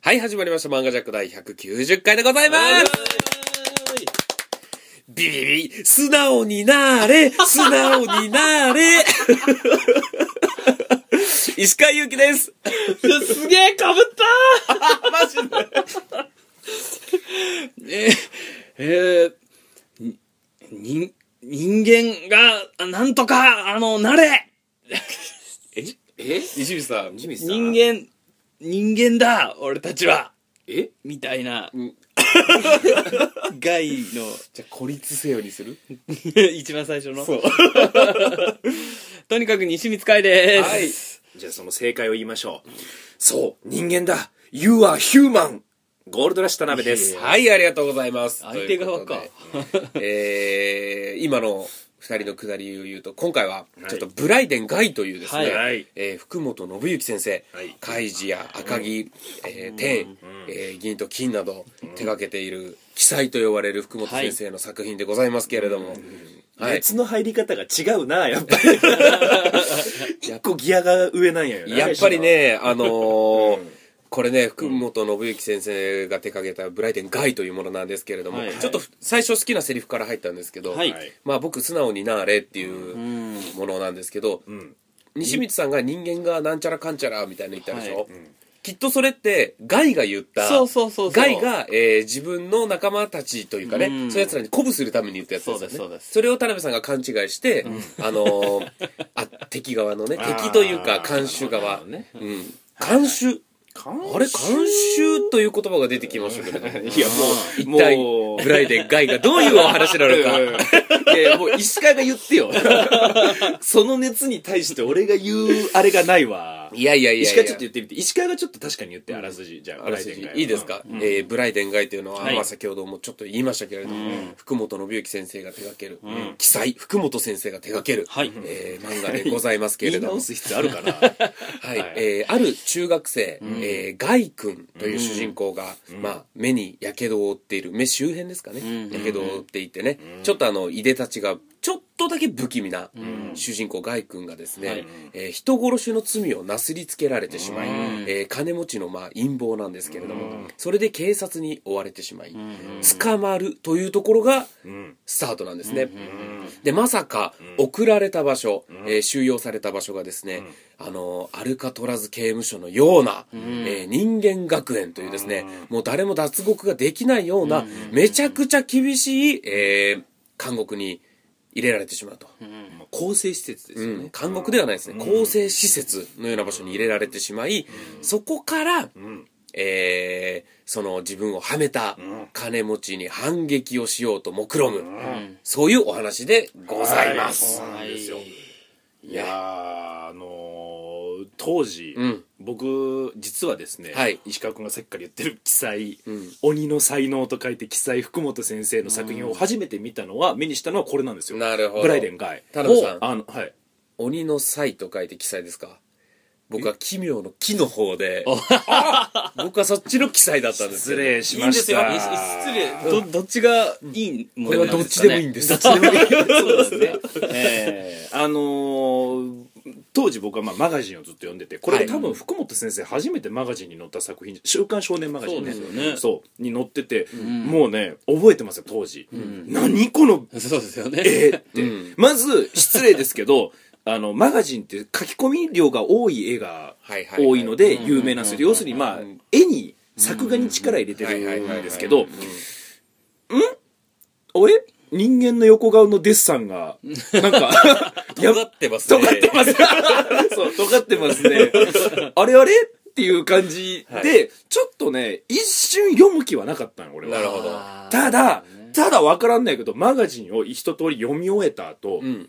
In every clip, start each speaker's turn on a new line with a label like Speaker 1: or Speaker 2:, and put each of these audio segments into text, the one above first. Speaker 1: はい、始まりました。漫画ジャック第190回でございますビビビ素直になれ素直になれ石川祐希です
Speaker 2: すげえかぶった
Speaker 3: えー、えーに、人人間が、なんとか、あの、なれ
Speaker 2: え
Speaker 1: 石水さん。
Speaker 2: ジミーさん
Speaker 3: 人間、人間だ、俺たちは
Speaker 2: え
Speaker 3: みたいな、
Speaker 1: ん
Speaker 3: 害
Speaker 1: じゃあ、孤立せよにする
Speaker 3: の、一番最初の。
Speaker 1: う。
Speaker 3: とにかく西光海で
Speaker 1: はい。
Speaker 3: す。
Speaker 2: じゃあその正解を言いましょうそう人間だ You are human ゴールドラッシュ田辺です
Speaker 1: はい、ありがとうございます。
Speaker 3: 相手側か
Speaker 1: ということで。えー、今の二人のくだりを言うと、今回は、ちょっとブライデン・ガイというですね、
Speaker 2: はい
Speaker 1: えー福本信之先生、
Speaker 2: はい
Speaker 1: カイジや赤木、えー、天、えー銀と金など手掛けている、奇才と呼ばれる福本先生の作品でございますけれども、はい。
Speaker 2: 熱の入り方が違うなやっぱり 一個ギアが上なんやよな
Speaker 1: やっぱりね、あのーこれね、福本信之先生が手掛けたブライデン・ガイというものなんですけれども、
Speaker 3: はい
Speaker 1: ちょっと最初好きなセリフから入ったんですけど、
Speaker 3: はい
Speaker 1: まあ僕、素直になれっていうものなんですけど、
Speaker 2: ん
Speaker 1: 西光さんが人間がなんちゃらかんちゃらみたいなの言ったでしょ、
Speaker 3: はい
Speaker 1: きっとそれって、ガイが言った、
Speaker 3: そうそうそうそう
Speaker 1: ガイが、えー自分の仲間たちというかね、
Speaker 3: うん
Speaker 1: そういう奴らに鼓舞するために言ったやつですよね。
Speaker 3: そうですそうです
Speaker 1: れを田辺さんが勘違いして、あのーあ、敵側のね、敵というか
Speaker 2: あー
Speaker 1: 監修側、
Speaker 2: なるほ
Speaker 1: うん、監修あれ監修という言葉が出てきましたけれども
Speaker 2: いやもう
Speaker 1: 一体
Speaker 2: もう
Speaker 1: ブライデン・ガイがどういうお話なのか
Speaker 2: いやいやもう石川が言って よその熱に対して俺が言うあれがないわ
Speaker 1: いやいやいやいや
Speaker 2: 石川ちょっと言ってみて石川がちょっと確かに言ってあらすじじゃあ
Speaker 1: あらすじ
Speaker 2: ブライデンが
Speaker 1: いいですか、えーブライデン・ガイというのは、
Speaker 3: はい
Speaker 1: まあ、先ほどもちょっと言いましたけれども、福本信之先生が手掛ける、記載福本先生が手掛ける、
Speaker 3: はい
Speaker 1: えー漫画でございますけ
Speaker 2: 言
Speaker 1: れ
Speaker 2: い
Speaker 1: ども
Speaker 2: 直す必要あ るかな
Speaker 1: はい、
Speaker 2: はい
Speaker 1: えーある中学生、えーガイ君という主人公が、まあ、目にやけどを負っている目周辺ですかね
Speaker 3: ん
Speaker 1: やけどを負っていてね、ちょっとあのいでたちがちょっとだけ不気味な主人公ガイ君がですね、
Speaker 3: はい
Speaker 1: えー人殺しの罪をなすりつけられてしまい、
Speaker 3: うん
Speaker 1: えー金持ちのまあ陰謀なんですけれども、それで警察に追われてしまい、捕まるというところが
Speaker 2: うん
Speaker 1: スタートなんですね、でまさか送られた場所、えー収容された場所がですね、あのアルカトラズ刑務所のような、えー人間学園というですね、もう誰も脱獄ができないような、めちゃくちゃ厳しい、えー監獄に入れられてしまうと、
Speaker 2: まあ構成施設ですよ
Speaker 1: うん
Speaker 2: ね
Speaker 1: 監獄ではないですね、更生施設のような場所に入れられてしまい、そこから、えーその自分をはめた金持ちに反撃をしようと目論む、そういうお話でございます、
Speaker 2: そうなんですよ
Speaker 3: はい
Speaker 2: いやーあのー当時
Speaker 1: うん
Speaker 2: 僕実はですね
Speaker 1: はい
Speaker 2: 石川君がさっきから言ってる「奇才
Speaker 1: ん
Speaker 2: 鬼の才能」と書いて「奇才福本先生」の作品を初めて見たのは目にしたのはこれなんですよ
Speaker 1: なるほど
Speaker 2: ブライデンガイ
Speaker 1: 田辺さん
Speaker 2: をあのはい
Speaker 1: 鬼の才と書いて記載ですか僕は奇妙の木の方であ 僕はそっちの記載だったんですけど
Speaker 2: 失礼しました
Speaker 3: いいんですよ失礼どどっちがいいも
Speaker 1: これ
Speaker 3: の
Speaker 1: は
Speaker 3: なん
Speaker 1: どっ
Speaker 3: す
Speaker 1: ち
Speaker 3: かね
Speaker 1: でもいいんです
Speaker 2: そう ですね。ええあのー当時僕はまあマガジンをずっと読んでてこれが多分福本先生初めてマガジンに載った作品「週刊少年マガジンね」
Speaker 3: そうですよね
Speaker 2: そうに載ってて、もうね覚えてますよ当時、何この
Speaker 3: そうですよね
Speaker 2: えーって、
Speaker 1: うん
Speaker 2: まず失礼ですけど あのマガジンって書き込み量が多い絵が
Speaker 1: はいはいはい
Speaker 2: 多いので有名なんですよ要するにまあ
Speaker 1: ん
Speaker 2: 絵に作画に力入れて
Speaker 1: はいはい
Speaker 2: る
Speaker 1: はいはい
Speaker 2: んですけどあれ人間の横顔のデッサンがなんかや
Speaker 1: 尖ってますね
Speaker 2: 尖ってます そう尖ってますねあれあれっていう感じで、ちょっとね一瞬読む気はなかったの俺は
Speaker 1: なるほど
Speaker 3: あー
Speaker 2: ただただ分からんないけどマガジンを一通り読み終えた後、
Speaker 1: うん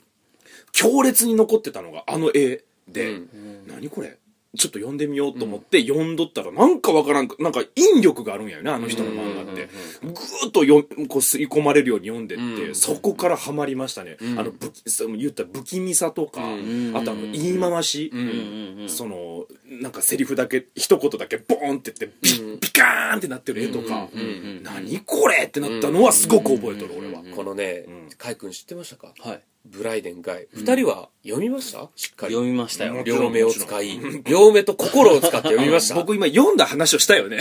Speaker 2: 強烈に残ってたのがあの絵で、
Speaker 1: うん
Speaker 2: 何これちょっと読んでみようと思って読んどったらなんかわからんくなんか引力があるんやよねあの人の漫画ってぐーっとよこう吸い込まれるように読んでって、
Speaker 1: うん
Speaker 2: そこからハマりましたね、あのぶその言ったら不気味さとか、
Speaker 1: うん
Speaker 2: あとあの言い回し、
Speaker 1: うん
Speaker 3: うんうん
Speaker 2: そのなんかセリフだけ一言だけボーンって言ってピッ、ピカーンってなってる絵とか、
Speaker 1: うんうん
Speaker 2: 何これってなったのはすごく覚えてる俺は、
Speaker 1: このね
Speaker 2: ん
Speaker 1: 海君知ってましたか
Speaker 3: はい
Speaker 1: ブライデン・ガイ、二人は読みましたしっかり
Speaker 3: 読。みましたよ
Speaker 2: も。
Speaker 1: 両目を使い、両目と心を使って読みました。
Speaker 2: 僕今読んだ話をしたよね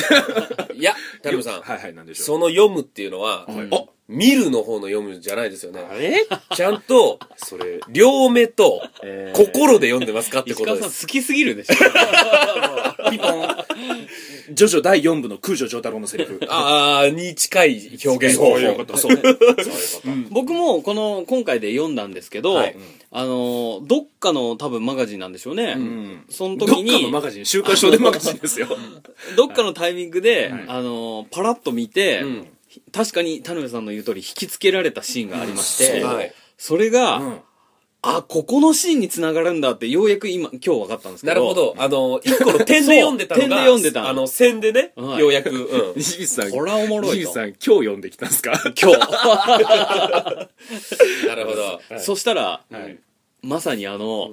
Speaker 1: いや、田辺さん、
Speaker 2: はいはいなんでしょう
Speaker 1: その読むっていうのは、
Speaker 3: ん
Speaker 1: あ見るの方の読むじゃないですよね。
Speaker 3: れ
Speaker 1: ちゃんと、
Speaker 2: それ
Speaker 1: 両目と
Speaker 2: えー
Speaker 1: 心で読んでますかって
Speaker 3: 石
Speaker 1: こと
Speaker 3: 川
Speaker 1: で
Speaker 3: さん好
Speaker 1: す。
Speaker 3: きすぎるでしょ。
Speaker 2: ピポンジョジョ第4部の空城城太郎のセリフ
Speaker 1: ああ、に近い表現方法。
Speaker 2: そういうことそういうこと
Speaker 3: 僕もこの今回で読んだんですけど、
Speaker 1: はい
Speaker 3: あのどっかの多分マガジンなんでしょうね、
Speaker 2: うん
Speaker 3: その
Speaker 2: どっ
Speaker 3: 時
Speaker 2: かの
Speaker 3: に
Speaker 2: マガジン週刊少年マガジンですよ
Speaker 3: どっかのタイミングで、
Speaker 2: はい
Speaker 3: あのパラッと見て、
Speaker 1: うん
Speaker 3: ひ確かに田辺さんの言う通り引きつけられたシーンがありまして、
Speaker 1: うんそうはい
Speaker 3: それが、
Speaker 2: うん
Speaker 3: あここのシーンにつながるんだってようやく今今日分かったんですけど
Speaker 1: なるほど。あの、一個の点で読んでた
Speaker 3: そう点
Speaker 1: のが、
Speaker 3: で読んでたの
Speaker 1: あの、線でね、
Speaker 3: はい
Speaker 1: ようやく、 うん。
Speaker 2: 西口さん
Speaker 3: これはおもろい
Speaker 2: 西
Speaker 3: と
Speaker 2: 口さん今日読んできたんですか
Speaker 3: 今日、
Speaker 1: なるほど。
Speaker 2: はい
Speaker 3: そしたら、
Speaker 2: はい
Speaker 3: まさにあの、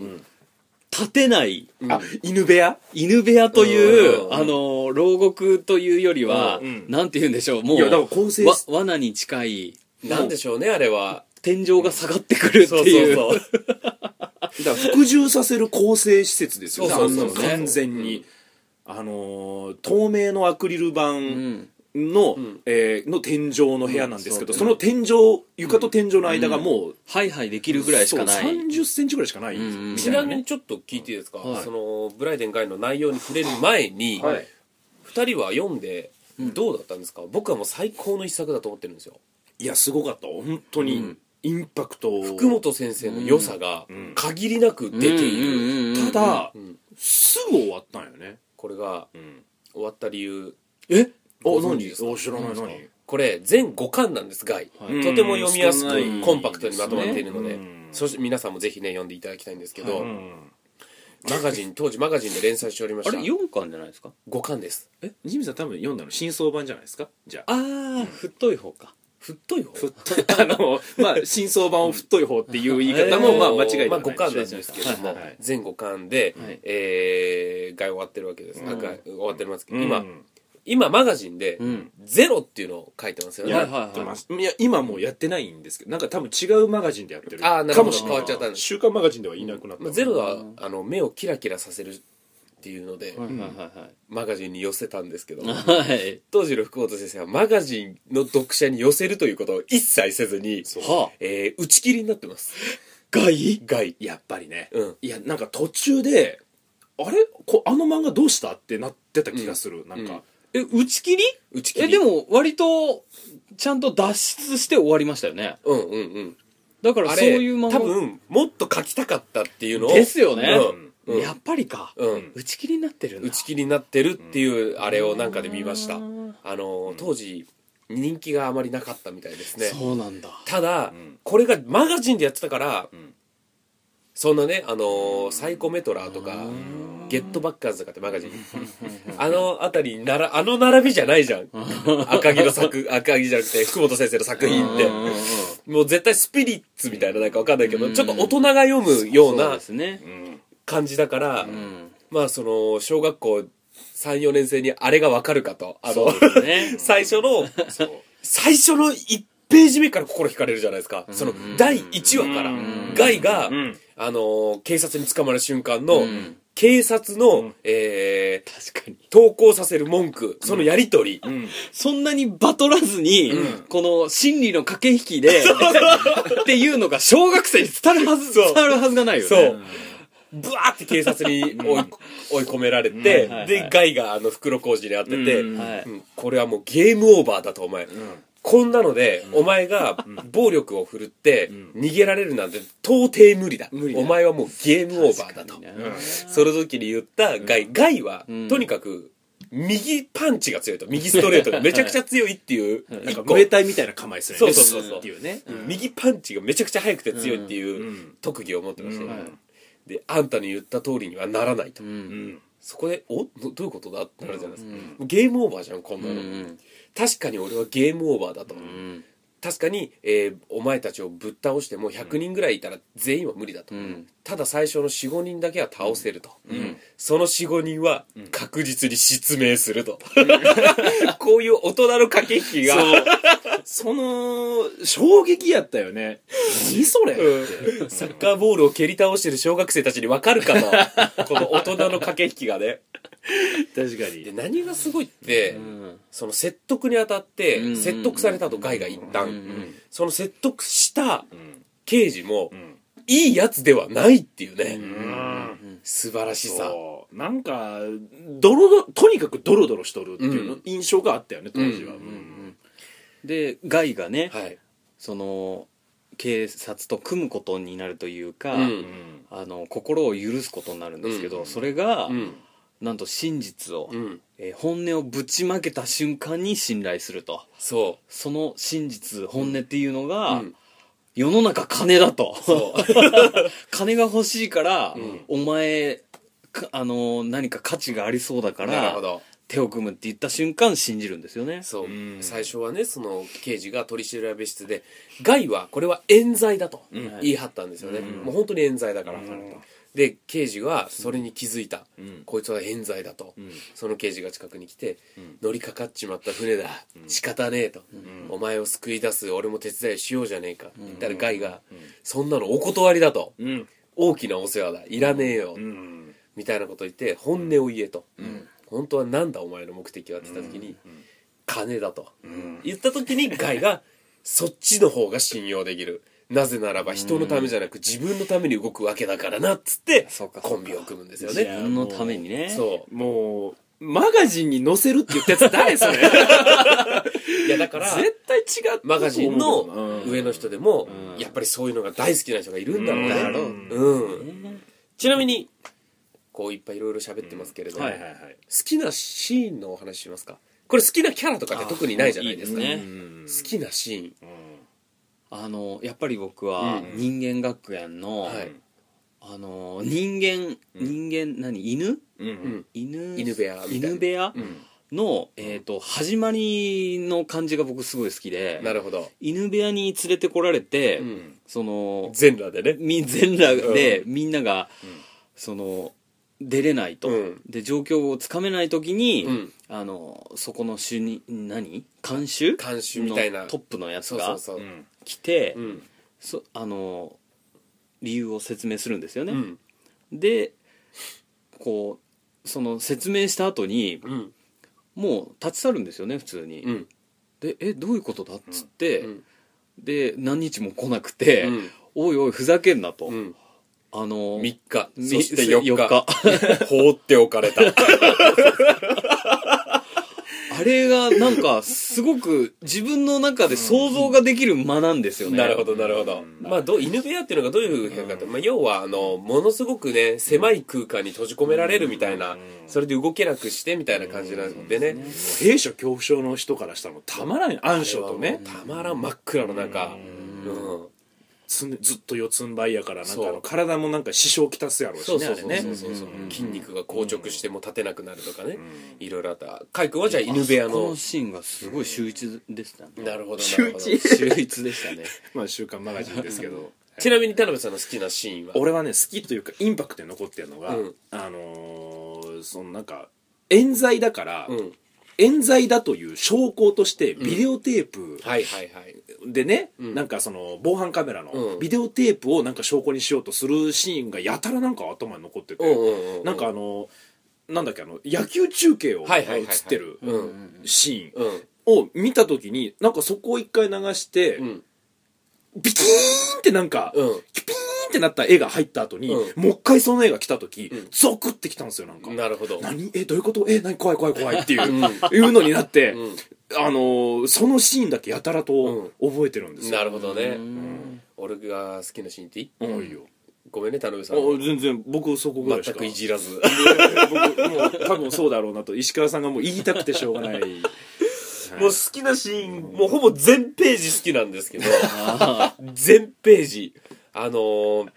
Speaker 3: 立てない
Speaker 2: あ犬部屋
Speaker 3: 犬部屋という、
Speaker 1: うん
Speaker 3: あの牢獄というよりは、
Speaker 2: うんうん
Speaker 3: なんて言うんでしょうも
Speaker 2: いやだから
Speaker 3: う
Speaker 2: 構成
Speaker 3: わ罠に近い
Speaker 1: なんでしょうね、あれは。
Speaker 3: 天井が下がってくるっていう
Speaker 1: そうそうそう。
Speaker 2: だから服従させる構成施設ですよね
Speaker 1: そうそうそう
Speaker 2: あの完全に、あのー透明のアクリル板の,、えーの天井の部屋なんですけど、
Speaker 1: うん
Speaker 2: その天井床と天井の間がもう、
Speaker 3: ハイハイできるぐらいしかない
Speaker 2: 3 0ンチぐらいしかない、
Speaker 3: んうん
Speaker 2: み た
Speaker 1: ち
Speaker 2: いな
Speaker 1: な
Speaker 2: ね
Speaker 1: みにちょっと聞いていいですか、
Speaker 3: はい
Speaker 1: その、ブライデン・ガイの内容に触れる前に、二、
Speaker 2: はい
Speaker 1: 人は読んで、どうだったんですか、僕はもう最高の一作だと思ってるんですよ。
Speaker 2: いやすごかった本当に、インパクト
Speaker 1: 福本先生の良さが
Speaker 2: ん
Speaker 1: 限りなく出ている。
Speaker 2: ただ、
Speaker 1: ん
Speaker 2: すぐ終わったんよね、
Speaker 1: これが
Speaker 2: うん、
Speaker 1: 終わった理由、
Speaker 3: え
Speaker 1: ご存
Speaker 2: お
Speaker 1: 知
Speaker 2: 何
Speaker 1: ですか
Speaker 2: お知らない
Speaker 1: 何
Speaker 2: 何
Speaker 1: ですこれ全5巻なんです、ガイ。
Speaker 2: い
Speaker 1: とても読みやす
Speaker 2: うん少ない
Speaker 1: くコンパクトにまとまっているので、
Speaker 2: ですねうん
Speaker 1: そして皆さんもぜひね、読んでいただきたいんですけど、
Speaker 2: うん
Speaker 1: マガジン、当時マガジンで連載しておりまし
Speaker 3: あ
Speaker 1: た
Speaker 3: れ。4巻じゃないですか
Speaker 1: 5巻です。
Speaker 2: ジミーさん多分読んだの真相版じゃないですかじゃあ
Speaker 3: ああ太い方か
Speaker 1: 太い方
Speaker 2: ふっといあの まあ真相版を太い方っていう言い方もまあ間違いで
Speaker 1: まあ
Speaker 2: はない
Speaker 1: 5巻なんですけど
Speaker 2: はい
Speaker 1: も
Speaker 2: はい
Speaker 1: 全5巻で
Speaker 3: はい
Speaker 1: えーが終わってるわけですあが終わってますけど
Speaker 2: 今
Speaker 1: 今今マガジンで
Speaker 3: うん
Speaker 1: ゼロっていうのを書いてますよ
Speaker 3: はい
Speaker 1: ね
Speaker 3: はい
Speaker 2: やってますいや今もうやってないんですけどなんか多分違うマガジンでやってる
Speaker 1: あーなるほど
Speaker 2: かもしれ
Speaker 1: 変
Speaker 2: な
Speaker 1: わっちゃったん
Speaker 2: い
Speaker 1: だ
Speaker 2: 週刊マガジンではいなくなっ
Speaker 1: まあ
Speaker 2: た
Speaker 1: ゼロはあの目をキラキラさせるっていうので
Speaker 3: はいはいは
Speaker 1: マガジンに寄せたんです けど
Speaker 3: いはいはい
Speaker 1: 当時の福本先生はマガジンの読者に寄せるということを一切せずに
Speaker 3: はあ
Speaker 1: えー打ち切りになってます
Speaker 3: 害
Speaker 1: 外
Speaker 2: やっぱりね
Speaker 1: うん
Speaker 2: いやなんか途中であれこあの漫画どうしたってなってた気がするなん
Speaker 1: うん
Speaker 2: か
Speaker 3: え打ち切り
Speaker 1: 打ち切り
Speaker 3: えでも割とちゃんと脱出して終わりましたよね
Speaker 1: うんうんうん
Speaker 3: だから
Speaker 1: あ
Speaker 3: そう
Speaker 1: れ
Speaker 3: いう漫画
Speaker 1: 多分もっと書きたかったっていうのを
Speaker 3: ですよね、
Speaker 1: うんうん
Speaker 3: やっぱりか、
Speaker 1: うん
Speaker 3: 打ち切りになってるんだ
Speaker 1: 打ち切りになってるっていうあれをなんかで見ました
Speaker 3: う
Speaker 1: あ
Speaker 3: ん
Speaker 1: の当時人気があまりなかったみたいですね
Speaker 3: そうなんだ
Speaker 1: ただ
Speaker 2: ん
Speaker 1: これがマガジンでやってたから
Speaker 2: ん
Speaker 1: そんなねあのーサイコメトラーとかゲットバッカーズとかってマガジンあのあたりにならあの並びじゃないじゃん赤木 の作赤木じゃなくて福本先生の作品って
Speaker 3: うんうんうん
Speaker 1: もう絶対スピリッツみたいななんかわかんないけどちょっと大人が読むよう
Speaker 3: そう
Speaker 1: な
Speaker 3: ですね、
Speaker 1: 感じだから
Speaker 3: うん
Speaker 1: まあその小学校34年生にあれがわかるかとあの
Speaker 3: そうですね
Speaker 1: 最初の
Speaker 2: そう
Speaker 1: 最初の1ページ目から心惹かれるじゃないですかその第1話からガイが、
Speaker 2: ん
Speaker 1: あのー警察に捕まる瞬間の、
Speaker 3: うん
Speaker 1: 警察の、えー
Speaker 3: 確かに
Speaker 1: 投稿させる文句そのやり取り、
Speaker 2: うん
Speaker 3: そんなにバトらずに、この心理の駆け引き で、っていうのが小学生に伝わるはず、
Speaker 1: そう
Speaker 3: 伝わるはずがないよね。
Speaker 1: そうブワーって警察に追い追い込められて、
Speaker 3: うんはいはい
Speaker 1: でガイがあの袋小路に会ってて、
Speaker 2: うん
Speaker 3: はい
Speaker 1: うんこれはもうゲームオーバーだとお前、こんなので、お前が暴力を振るって逃げられるなんて到底無理だ
Speaker 2: 無理だ
Speaker 1: お前はもうゲームオーバーだとその時に言ったガイガイは、
Speaker 3: ん
Speaker 1: とにかく右パンチが強いと右ストレートがめちゃくちゃ強いっていう
Speaker 2: なん
Speaker 1: 一
Speaker 2: か
Speaker 1: 個
Speaker 2: ムエタイみたいな構えするよね
Speaker 1: そうそうそうそう
Speaker 2: っていうね
Speaker 1: 右パンチがめちゃくちゃ速くて強いっていううん特技を持ってましたよ、
Speaker 2: うん
Speaker 1: であんたに言った通りにはならないと、
Speaker 3: うん
Speaker 1: そこで「おどどういうことだ?」ってなるじゃないですか、ゲームオーバーじゃんこんな
Speaker 3: う
Speaker 1: の、
Speaker 3: ん
Speaker 1: 確かに俺はゲームオーバーだと、
Speaker 3: うん
Speaker 1: 確かに、えーお前たちをぶっ倒しても100人ぐらいいたら全員は無理だと、
Speaker 3: ん
Speaker 1: ただ最初の45人だけは倒せると、
Speaker 3: ん
Speaker 1: その45人は 確実に失明すると、こういう大人の駆け引きが
Speaker 2: そうその衝撃やったよね何それ、
Speaker 1: サッカーボールを蹴り倒してる小学生たちに分かるかとこの大人の駆け引きがね
Speaker 2: 確か
Speaker 1: で
Speaker 2: に
Speaker 1: 何がすごいって、
Speaker 3: ん
Speaker 1: その説得にあたっ
Speaker 3: うんうんう
Speaker 1: て
Speaker 3: ん
Speaker 1: 説得された後ガイが一旦、
Speaker 3: ん
Speaker 1: その説得した
Speaker 2: うん
Speaker 1: 刑事も、
Speaker 2: うん
Speaker 1: いいやつではないっていうね、
Speaker 2: うん
Speaker 1: 素晴らしさ
Speaker 2: そうなんかドロドロとにかくドロドロしとるっていうの、
Speaker 1: うん
Speaker 2: 印象があったよね当時は、
Speaker 1: うん
Speaker 3: でガイがね、
Speaker 1: はい、
Speaker 3: その警察と組むことになるというか、
Speaker 1: うん
Speaker 2: うん
Speaker 3: あの心を許すことになるんですけど、
Speaker 1: うん
Speaker 3: それが、
Speaker 1: うん
Speaker 3: なんと真実を、
Speaker 1: うん、
Speaker 3: えー本音をぶちまけた瞬間に信頼すると
Speaker 1: そ
Speaker 3: その真実本音っていうの
Speaker 1: う、
Speaker 3: が、
Speaker 1: うん、
Speaker 3: 世の中金だと
Speaker 1: そう
Speaker 3: 金が欲しいから、
Speaker 1: うん
Speaker 3: お前かあの何か価値がありそうだか
Speaker 1: なるほ
Speaker 3: ら
Speaker 1: ど
Speaker 3: 手を組むって言った瞬間信じるんですよね
Speaker 1: そう、
Speaker 2: うん
Speaker 1: 最初はねその刑事が取り調べ室で「ガイはこれは冤罪だ」と
Speaker 2: うん
Speaker 1: 言い張ったんですよね、
Speaker 2: うん
Speaker 1: もう本当に冤罪だから、
Speaker 2: うん
Speaker 1: で刑事はそれに気づいた、
Speaker 2: うん
Speaker 1: こいつは冤罪だと、
Speaker 2: うん
Speaker 1: その刑事が近くに来て、
Speaker 2: ん
Speaker 1: 乗りかかっちまった船だ、仕方ねえと、お前を救い出す俺も手伝いしようじゃねえか、言ったらガイが、そんなのお断りだと、
Speaker 2: うん
Speaker 1: 大きなお世話だいらねえよ、
Speaker 2: うん
Speaker 1: みたいなこと言って本音を言えと、本当はなんだお前の目的はって言った時に、金だと、言った時にガイがそっちの方が信用できるなぜならば人のためじゃなく自分のために動くわけだからなっつって
Speaker 3: そうかそうか
Speaker 1: コンビを組むんですよ
Speaker 3: 自
Speaker 1: ね
Speaker 3: 分のためにね
Speaker 1: そ
Speaker 2: もうマガジンに載せるって言ったやつ誰 それ
Speaker 1: ういやだから
Speaker 2: 絶対違う
Speaker 1: マガジンの上の人でも
Speaker 3: うん
Speaker 1: やっぱりそういうのが大好きな人がいるんだろうね
Speaker 3: だろう
Speaker 1: うんちなみにこういっぱいいろいろ喋ってますけれども
Speaker 2: はい
Speaker 1: 好
Speaker 2: はいはい
Speaker 1: きなシーンのお話しますかこれ好きなキャラとかって特にないじゃないですか
Speaker 3: あーいいですね
Speaker 2: うん
Speaker 1: 好きなシーン
Speaker 3: あのやっぱり僕は
Speaker 1: うん
Speaker 3: 人間学園の、
Speaker 1: はい
Speaker 3: あの人間人間何犬
Speaker 2: うん
Speaker 1: うん
Speaker 3: 犬
Speaker 1: 犬部屋みたいな
Speaker 3: 犬部屋
Speaker 1: うん
Speaker 3: の、えー、と始まりの感じが僕すごい好きで
Speaker 1: なるほど
Speaker 3: 犬部屋に連れてこられて、
Speaker 1: うん
Speaker 3: その
Speaker 1: 全裸でね
Speaker 3: み全裸でみんなが、
Speaker 2: ん
Speaker 3: その出れないと、
Speaker 1: うん
Speaker 3: で状況をつかめない時に、
Speaker 1: うん
Speaker 3: あのそこの主に何監修
Speaker 1: 監修みたいな
Speaker 3: のトップのやつ
Speaker 1: そうそ
Speaker 3: が
Speaker 1: うそううん
Speaker 3: 来て
Speaker 1: うん
Speaker 3: そあの理由を説明するんですよ
Speaker 1: う
Speaker 3: ね、
Speaker 1: ん
Speaker 3: でこうその説明した後に
Speaker 1: うん
Speaker 3: もう立ち去るんですよね普通に、
Speaker 1: うん
Speaker 3: でえどういうことだっつって、
Speaker 1: うん
Speaker 3: で何日も来なくて、
Speaker 1: うん
Speaker 3: おいおいふざけんなと、
Speaker 1: うん
Speaker 3: あの
Speaker 1: 3日
Speaker 3: み
Speaker 1: そして4
Speaker 3: 四
Speaker 1: 日放っておか れた
Speaker 3: あれがなんかすごく自分の中で想像ができる間なんですよね。
Speaker 1: なるほどなるほど、
Speaker 2: うん
Speaker 1: まあ、どう犬部屋っていうのがどういう部屋かって、まあ、要はあのものすごくね狭い空間に閉じ込められるみたいな、
Speaker 2: うん
Speaker 1: それで動けなくしてみたいな感じなんでね、
Speaker 2: もう兵所恐怖症の人からしたらもうたまらない暗所とね
Speaker 1: あれはもうたまらん真っ暗の中
Speaker 2: う
Speaker 1: うん、
Speaker 2: つんずっと四つん這いやからなんかあ
Speaker 1: そ
Speaker 2: の
Speaker 1: う
Speaker 2: 体もなんか支障きたすやろうし
Speaker 1: そう
Speaker 2: ねあ
Speaker 1: そう
Speaker 2: れ
Speaker 1: そう
Speaker 2: ね
Speaker 1: そうそうそう
Speaker 2: うん
Speaker 1: 筋肉が硬直してもう立てなくなるとかね、いろいろあったカイ君はじゃあ犬部屋
Speaker 3: あそこ
Speaker 1: の
Speaker 3: のシーンがすごい秀逸でしたね。
Speaker 1: なるほどな
Speaker 2: 周
Speaker 1: るほど
Speaker 2: 知
Speaker 3: 秀逸でしたね。
Speaker 2: まあ「週刊マガジン」ですけど
Speaker 1: ちなみに田辺さんの好きなシーンは
Speaker 2: 俺はね好きというかインパクトに残ってるのが、
Speaker 1: うん
Speaker 2: あのーそのなんか冤罪だから、
Speaker 1: うん
Speaker 2: 冤罪だという証拠としてビデオテープ
Speaker 1: はいはいはい
Speaker 2: でね、
Speaker 1: ん
Speaker 2: なんかその防犯カメラ
Speaker 1: う
Speaker 2: の
Speaker 1: ん
Speaker 2: ビデオテープをなんか証拠にしようとするシーンがやたらなんか頭に残ってて、
Speaker 1: うんうんうん
Speaker 2: なんかあのなんだっけあの野球中継を
Speaker 1: は
Speaker 2: 映
Speaker 1: いはいはいはい
Speaker 2: ってる
Speaker 1: うん
Speaker 2: シーン
Speaker 1: うん
Speaker 2: を見た時になんかそこを一回流して、
Speaker 1: うん
Speaker 2: ビキーンってなんか、
Speaker 1: うん
Speaker 2: キュピーンってなった絵が入った後に、
Speaker 1: う
Speaker 2: もう一回その絵が来た時、
Speaker 1: ん
Speaker 2: ゾクってきたんですよなんか。
Speaker 1: なるほど
Speaker 2: 何えどういうことえ何怖い怖い怖いっ ていううんいうのになって、
Speaker 1: うん
Speaker 2: あのーそのシーンだけやたらと覚えてるんですよ、
Speaker 1: なるほどね
Speaker 3: うん
Speaker 1: 俺が好きなシーンっていい
Speaker 2: 多いよ
Speaker 1: ごめんね田辺さん
Speaker 2: あ全然僕そこぐらいし
Speaker 1: 全
Speaker 2: か
Speaker 1: くいじらず
Speaker 2: 僕もう多分そうだろうなと石川さんがもう言いたくてしょうがない
Speaker 1: もう好きなシーンもうほぼ全ページ好きなんですけど全ページあのー、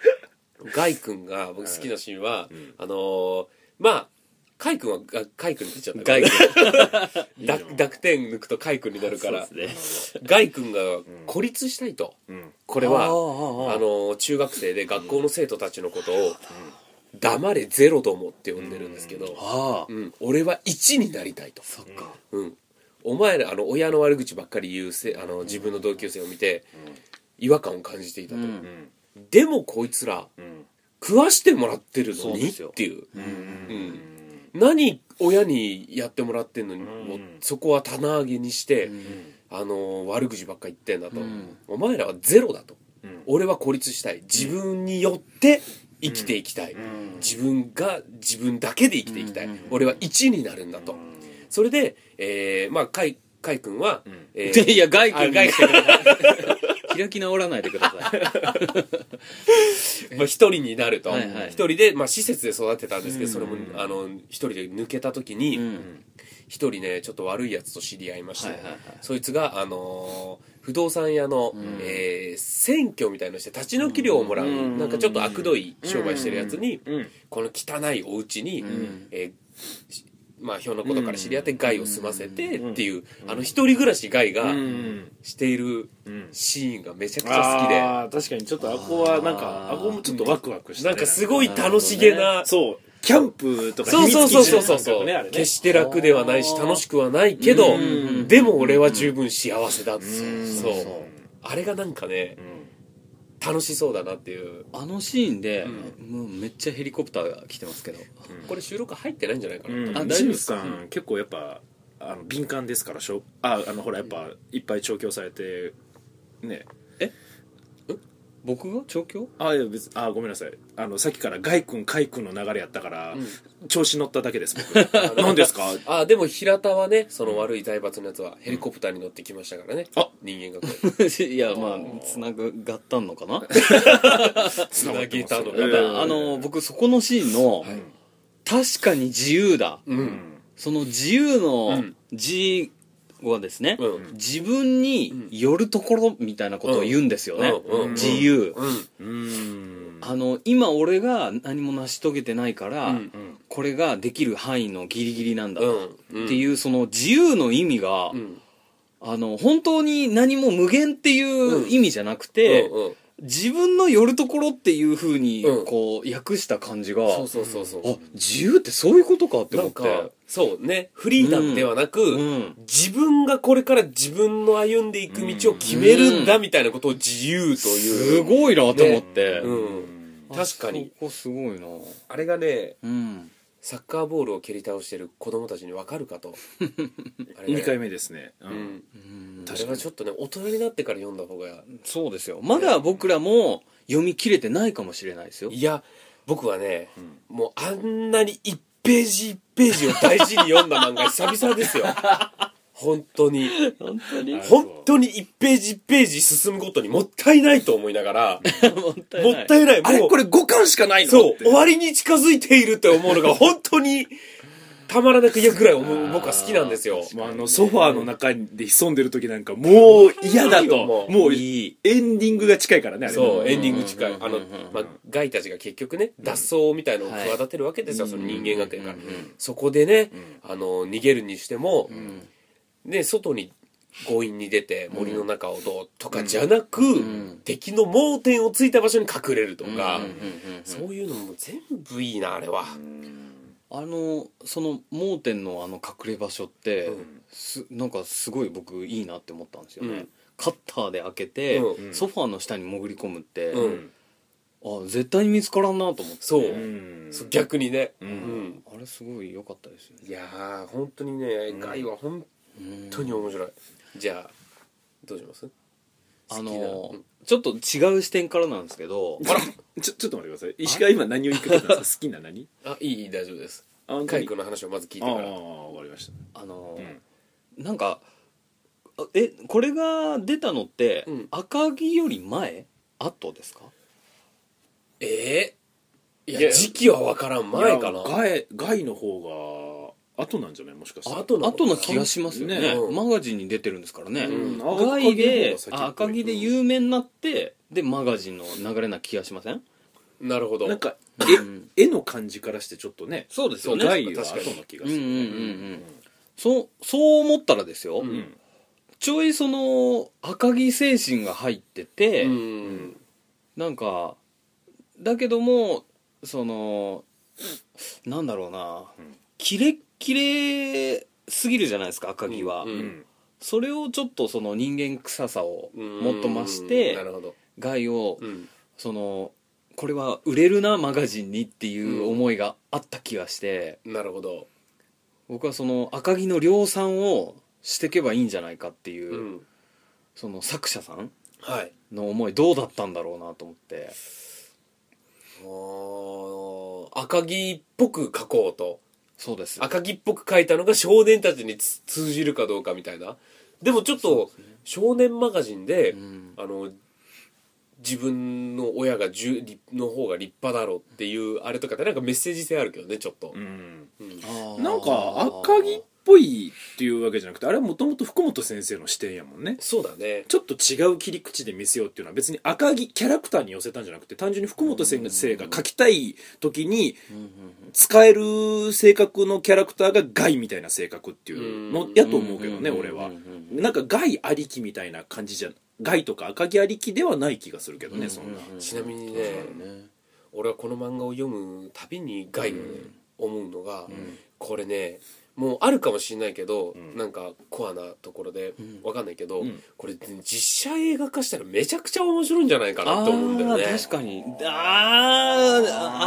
Speaker 1: ガイ君が僕好きなシーンは、あのー、まあカイ君はがカイ君になっちゃった
Speaker 3: 外
Speaker 1: だ濁点抜くとカイ君になるから
Speaker 3: そうですね。
Speaker 1: ガイ君が孤立したいと、
Speaker 2: うん
Speaker 1: これ
Speaker 3: あ
Speaker 1: はあ
Speaker 3: ーあーあー
Speaker 1: の中学生で学校の生徒たちのことを「黙れゼロども」って呼んでるんですけど、
Speaker 3: ああ
Speaker 1: うん俺は1になりたいと、
Speaker 3: そっか。
Speaker 1: うん、お前らあの親の悪口ばっかり言うせあの自分の同級生を見て違和感を感じていたと、
Speaker 2: うん
Speaker 1: でもこいつら
Speaker 2: うん
Speaker 1: 食わしてもらってる
Speaker 3: そ
Speaker 1: の
Speaker 3: う
Speaker 1: に
Speaker 3: で
Speaker 1: っ
Speaker 3: すよ
Speaker 1: ていう
Speaker 2: うん
Speaker 1: 何親にやってもらってんのに、
Speaker 2: ん
Speaker 1: もうそこは棚上げにして、
Speaker 3: ん
Speaker 1: あの悪口ばっか言ってんだと、
Speaker 3: ん
Speaker 1: お前らはゼロだと、
Speaker 2: うん
Speaker 1: 俺は孤立したい自分によって生きていきたい、自分が自分だけで生きていきたい、
Speaker 3: うん
Speaker 1: 俺は1になるんだと、それで、えーまあ甲斐甲斐君は、
Speaker 2: ん
Speaker 1: え ー
Speaker 3: いや、外
Speaker 1: あ
Speaker 3: 君
Speaker 1: ガイ君
Speaker 3: 開き直らないでください。
Speaker 1: まあ、一人になると、
Speaker 3: はいはい
Speaker 1: 一人で、まあ、施設で育てたんですけど、
Speaker 3: うん
Speaker 1: それもあの一人で抜けた時に、
Speaker 3: うん
Speaker 1: 一人ねちょっと悪いやつと知り合いまして、
Speaker 3: はいはいはい
Speaker 1: そいつが、あのー不動産屋の、えー選挙みたいのして立ち退き料をもらう、
Speaker 2: うん
Speaker 1: なんかちょっと悪どい商売してるやつに、
Speaker 2: うん
Speaker 1: この汚いお家に、
Speaker 3: ん
Speaker 1: えーしまあ、ひょんなことから知り合って害を済ませてっていう、あの一人暮らし害が
Speaker 2: うん
Speaker 1: している
Speaker 2: うん
Speaker 1: シーンがめちゃくちゃ好きで、
Speaker 2: あー確かにちょっとあこはなんか
Speaker 3: あ
Speaker 2: あ
Speaker 3: ー
Speaker 2: こもちょっとワクワクして
Speaker 1: なんかすごい楽しげな
Speaker 2: そうキャンプとか
Speaker 1: そうそうそうそう
Speaker 2: 秘密基地
Speaker 1: そう
Speaker 2: の
Speaker 1: そう、
Speaker 2: なんかねあれね
Speaker 1: 決して楽ではないし楽しくはないけど
Speaker 2: うん
Speaker 1: でも俺は十分幸せだそう
Speaker 2: そう
Speaker 1: あれがなんかね
Speaker 2: うん
Speaker 1: 楽しそうだなっていう
Speaker 3: あのシーンで、もうめっちゃヘリコプターが来てますけど。
Speaker 1: これ収録入ってないんじゃないかな
Speaker 3: あ大
Speaker 2: うん
Speaker 3: 丈夫
Speaker 2: 清水さん結構やっぱあの敏感ですからしょああのほらやっぱいっぱい調教されてね
Speaker 3: 僕が調 教
Speaker 2: あいや別あごめんなさいあのさっきから外君海君の流れやったから、調子乗っただけです僕何ですか
Speaker 1: あでも平田はねその悪い財閥のやつはヘリコプターに乗ってきましたからね
Speaker 2: あ
Speaker 1: 人間 が
Speaker 3: いや、まあ、つなぐがったんのか な
Speaker 1: つなげたの
Speaker 2: え
Speaker 1: が
Speaker 2: え
Speaker 1: な
Speaker 3: あの、僕そこのシーンの、確かに自由だ。
Speaker 1: う
Speaker 2: うんん
Speaker 3: その自由
Speaker 1: う
Speaker 3: の
Speaker 1: ん
Speaker 3: 自はですね、
Speaker 1: うん
Speaker 3: 自分によるところみたいなことを言うんですよね。
Speaker 1: うんうん
Speaker 3: 自由。
Speaker 1: うん
Speaker 2: うん
Speaker 3: あの、今俺が何も成し遂げてないから、
Speaker 1: うん
Speaker 2: うん
Speaker 3: これができる範囲のギリギリなんだ
Speaker 1: う
Speaker 3: と。
Speaker 1: んうん
Speaker 3: っていうその自由の意味が、
Speaker 1: うん
Speaker 3: あの本当に何も無限っていう意味じゃなくて、
Speaker 1: うんうん
Speaker 3: 自分の寄るところっていうふうに
Speaker 1: うん
Speaker 3: こう訳した感じが、
Speaker 1: そうそうそうそう
Speaker 3: あ自由ってそういうことかって
Speaker 1: な
Speaker 3: 思っ
Speaker 1: ん
Speaker 3: て
Speaker 1: かそうねフリーダムではなく、
Speaker 3: うん
Speaker 1: 自分がこれから自分の歩んでいく道を決めるんだみたいなことを自由とい
Speaker 3: す
Speaker 1: う、
Speaker 3: ごいなと思って、
Speaker 1: うん
Speaker 3: あ
Speaker 1: 確かに
Speaker 3: そこすごいな
Speaker 1: あれがね
Speaker 3: うん
Speaker 1: サッカーボールを蹴り倒してる子供たちに分かるかとあれが
Speaker 2: 2回目ですね、う
Speaker 1: うんん
Speaker 3: うん
Speaker 1: あれはちょっとね大人になってから読んだ方が
Speaker 3: そうですよまだ僕らも読み切れてないかもしれないですよ
Speaker 1: いや僕はね、もうあんなに1ページ1ページを大事に読んだ漫画久々ですよ本当に
Speaker 3: 本当 にも
Speaker 1: 本当に1ページ1ページ進むことにもったいないと思いながら
Speaker 3: ったい
Speaker 1: も
Speaker 3: ない
Speaker 1: ったいないもう
Speaker 2: れ5巻しかない
Speaker 1: そう、
Speaker 2: って
Speaker 1: 終わりに近づいているって思うのが本当にたまらなく嫌ぐらい思う僕は好きなんですよ。
Speaker 2: もうあのソファーの中で潜んでる時なんかもう嫌だ
Speaker 1: いいよ
Speaker 2: と
Speaker 1: も
Speaker 2: も
Speaker 1: う
Speaker 2: うエンディングが近いからねあれ
Speaker 1: そう、エンディン
Speaker 3: う
Speaker 1: グ
Speaker 3: ん
Speaker 1: 近い。あの
Speaker 3: うん、
Speaker 1: まあ、ガイたちが結局ね、脱走みたいのを企てるわけですよ、
Speaker 3: はい
Speaker 1: その人間学園から
Speaker 3: うん。
Speaker 1: そこでね、あの、逃げるにしても、
Speaker 3: ん
Speaker 1: ね、外に強引に出て森の中をどうとかじゃなく、
Speaker 3: ん
Speaker 1: 敵の盲点をついた場所に隠れるとか、
Speaker 3: うんうんうんうん
Speaker 1: そういうのも全部いいな、あれは。
Speaker 3: あのその盲点のあの隠れ場所って、
Speaker 1: うん
Speaker 3: すなんかすごい僕いいなって思ったんですよね、
Speaker 1: うん
Speaker 3: カッターで開けて、
Speaker 1: うん
Speaker 3: ソファーの下に潜り込むって、
Speaker 1: うん
Speaker 3: あ絶対に見つからんなと思って
Speaker 1: そう。
Speaker 2: うん
Speaker 1: そう逆にね。
Speaker 2: うん
Speaker 1: うん
Speaker 3: あれすごい良かったですよね
Speaker 1: いやー本当にね
Speaker 2: ん
Speaker 1: ガイは本
Speaker 3: うん
Speaker 1: 当に面白い、じゃあどうします
Speaker 3: あ
Speaker 1: 好きな
Speaker 3: の
Speaker 1: うん
Speaker 3: ちょっと違う視点からなんですけど
Speaker 2: あらちょちょっと待ってください石川今何を言いかけたんですか好きな何
Speaker 1: あいいいい大丈夫です
Speaker 2: あ本当
Speaker 1: カイ
Speaker 2: に
Speaker 1: 君の話をまず聞いて
Speaker 2: ああ
Speaker 1: から
Speaker 2: わかりまし
Speaker 3: あの
Speaker 2: た、うん
Speaker 3: なんかあえこれが出たのって、
Speaker 1: うん
Speaker 3: 赤城より前後ですか
Speaker 1: えー、いや
Speaker 2: いや
Speaker 1: 時期は分からん前か
Speaker 2: い
Speaker 1: な
Speaker 2: や害害の方が後なんじゃないもしかしたら
Speaker 1: 後なの
Speaker 3: 後な気がしますよね
Speaker 2: ね
Speaker 3: うんマガジンに出てるんですからね、
Speaker 1: うん
Speaker 3: ガイであ赤
Speaker 2: 木
Speaker 3: 城で有名になってでマガジンの流れな気がしません
Speaker 1: なるほど
Speaker 2: なんか
Speaker 3: うん
Speaker 2: 絵絵の感じからしてちょっとね
Speaker 3: そうですよね
Speaker 2: ガイは後
Speaker 1: 確かに
Speaker 2: の気がするね
Speaker 3: うんうんそうそう思ったらですよ、
Speaker 1: うん
Speaker 2: うん
Speaker 3: ちょいその赤城精神が入ってて、
Speaker 1: うん、
Speaker 3: なんかだけどもそのなんだろうな、
Speaker 2: うん
Speaker 3: キレッキレすぎるじゃないですか赤木は、
Speaker 1: うんうん
Speaker 2: うん
Speaker 3: それをちょっとその人間臭さを
Speaker 1: うん
Speaker 3: もっと増して
Speaker 1: なるほど、
Speaker 3: 害を
Speaker 1: うん
Speaker 3: そのこれは売れるなマガジンにっていう思いがあった気がして、
Speaker 1: なるほど、
Speaker 3: 僕はその赤木の量産をしていけばいいんじゃないかっていう、
Speaker 1: うん、
Speaker 3: その作者さん
Speaker 1: はい
Speaker 3: の思いどうだったんだろうなと思って
Speaker 1: おー赤木っぽく書こうと
Speaker 3: そうです
Speaker 1: 赤木っぽく書いたのが少年たちにつ通じるかどうかみたいなでもちょっと少年マガジンで、
Speaker 3: うん
Speaker 1: あの自分の親がじゅりの方が立派だろうっていうあれとかってなんかメッセージ性あるけどねちょっと、
Speaker 2: うん
Speaker 1: うん
Speaker 2: なんか赤木っぽいっていうわけじゃなくてあれはもともと福本先生の視点やもんね
Speaker 1: そうだね
Speaker 2: ちょっと違う切り口で見せようっていうのは別に赤木キャラクターに寄せたんじゃなくて単純に福本先生が書きたい時に使える性格のキャラクターがガイみたいな性格っていうのやと思うけどね俺はなんかガイありきみたいな感じじゃガイとか赤木ありきではない気がするけどねそんな
Speaker 1: ちなみにね俺はこの漫画を読むたびにガイをね、思うのが、これねもうあるかもしれないけど、
Speaker 2: ん
Speaker 1: なんかコアなところで、
Speaker 3: ん
Speaker 1: わかんないけど、
Speaker 2: うん
Speaker 1: これ実写映画化したらめちゃくちゃ面白いんじゃないかなと思うんだよね
Speaker 3: あー確かにあ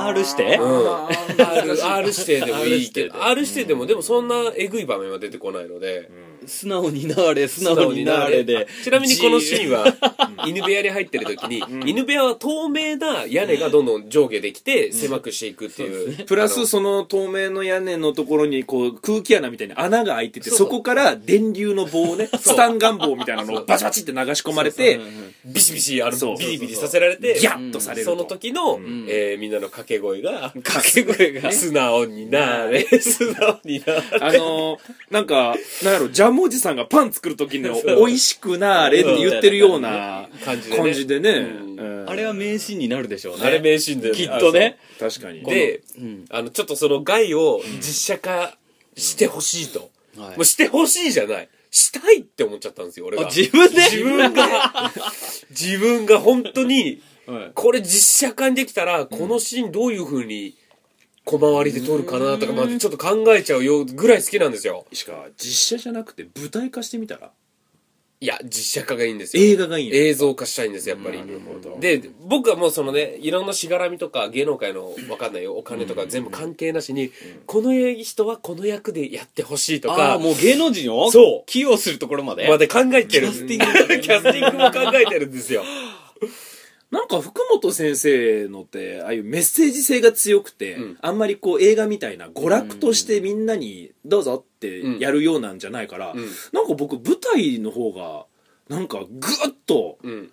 Speaker 3: ー R して、
Speaker 1: うん R, R 指定でもいい
Speaker 3: R 指定で
Speaker 1: けど R 指定でもでもそんなえぐい場面は出てこないので
Speaker 3: 素直になれ素直になれで
Speaker 1: ちなみにこのシーン
Speaker 3: は
Speaker 1: は犬部屋に入ってる時に犬部屋は透明な屋根がどんどん上下できて狭くしていくっていう
Speaker 2: プラスその透明の屋根のところにこう空気穴みたいに穴が開いてて
Speaker 1: そうそう
Speaker 2: そこから電流の棒を ねスタンガン棒みたいなのをバチバチって流し込まれて
Speaker 1: ビシビシあの
Speaker 2: そう
Speaker 1: ビリビリさせられて
Speaker 2: ギャッとされる
Speaker 1: その
Speaker 2: と。
Speaker 1: 時の、
Speaker 2: ん
Speaker 1: えーみんなの掛け声が
Speaker 3: 掛け声が
Speaker 1: 素直になれ素直になれ
Speaker 2: あのー、なんか、なんやろ、ジャムおじさんがパン作る時の美味しくなーれって言ってるような
Speaker 1: 感じでね
Speaker 2: 感じでね。
Speaker 1: うん
Speaker 2: うん
Speaker 3: あれは名シーンになるでしょうね
Speaker 1: あれ名シーンだよ
Speaker 3: きっとね
Speaker 2: 確かに。
Speaker 1: で、
Speaker 3: ん
Speaker 1: あのちょっとその害を実写化してほしいと、
Speaker 3: はい
Speaker 1: もうしてほしいじゃないしたいって思っちゃったんですよ俺
Speaker 3: あ
Speaker 1: が
Speaker 3: 自分で
Speaker 1: 自分が自分が本当に
Speaker 3: はい
Speaker 1: これ実写化にできたらこのシーンどういう風に小回りで撮るかなとかまでちょっと考えちゃうよぐらい好きなんですよ
Speaker 2: しか、実写じゃなくて舞台化してみたら
Speaker 1: いや実写化がいいんですよ
Speaker 2: 映画がいいね。
Speaker 1: 映像化したいんですやっぱり
Speaker 2: なるほど
Speaker 1: で僕はもうそのねいろんなしがらみとか芸能界のわかんないよお金とか全部関係なしにこの人はこの役でやってほしいと
Speaker 3: ああ
Speaker 1: か
Speaker 3: もう芸能人を
Speaker 1: そう
Speaker 3: 起用するところまで
Speaker 1: まで考えてる キャ
Speaker 3: ス
Speaker 1: ス
Speaker 3: テ
Speaker 1: テ
Speaker 3: ィン
Speaker 1: ィングも考えてるんですよ
Speaker 2: なんか福本先生のってああいうメッセージ性が強くて、
Speaker 1: うん
Speaker 2: あんまりこう映画みたいな娯楽としてみんなにどうぞってやるようなんじゃないから、
Speaker 1: うん
Speaker 2: なんか僕舞台の方がなんかグッと
Speaker 1: うん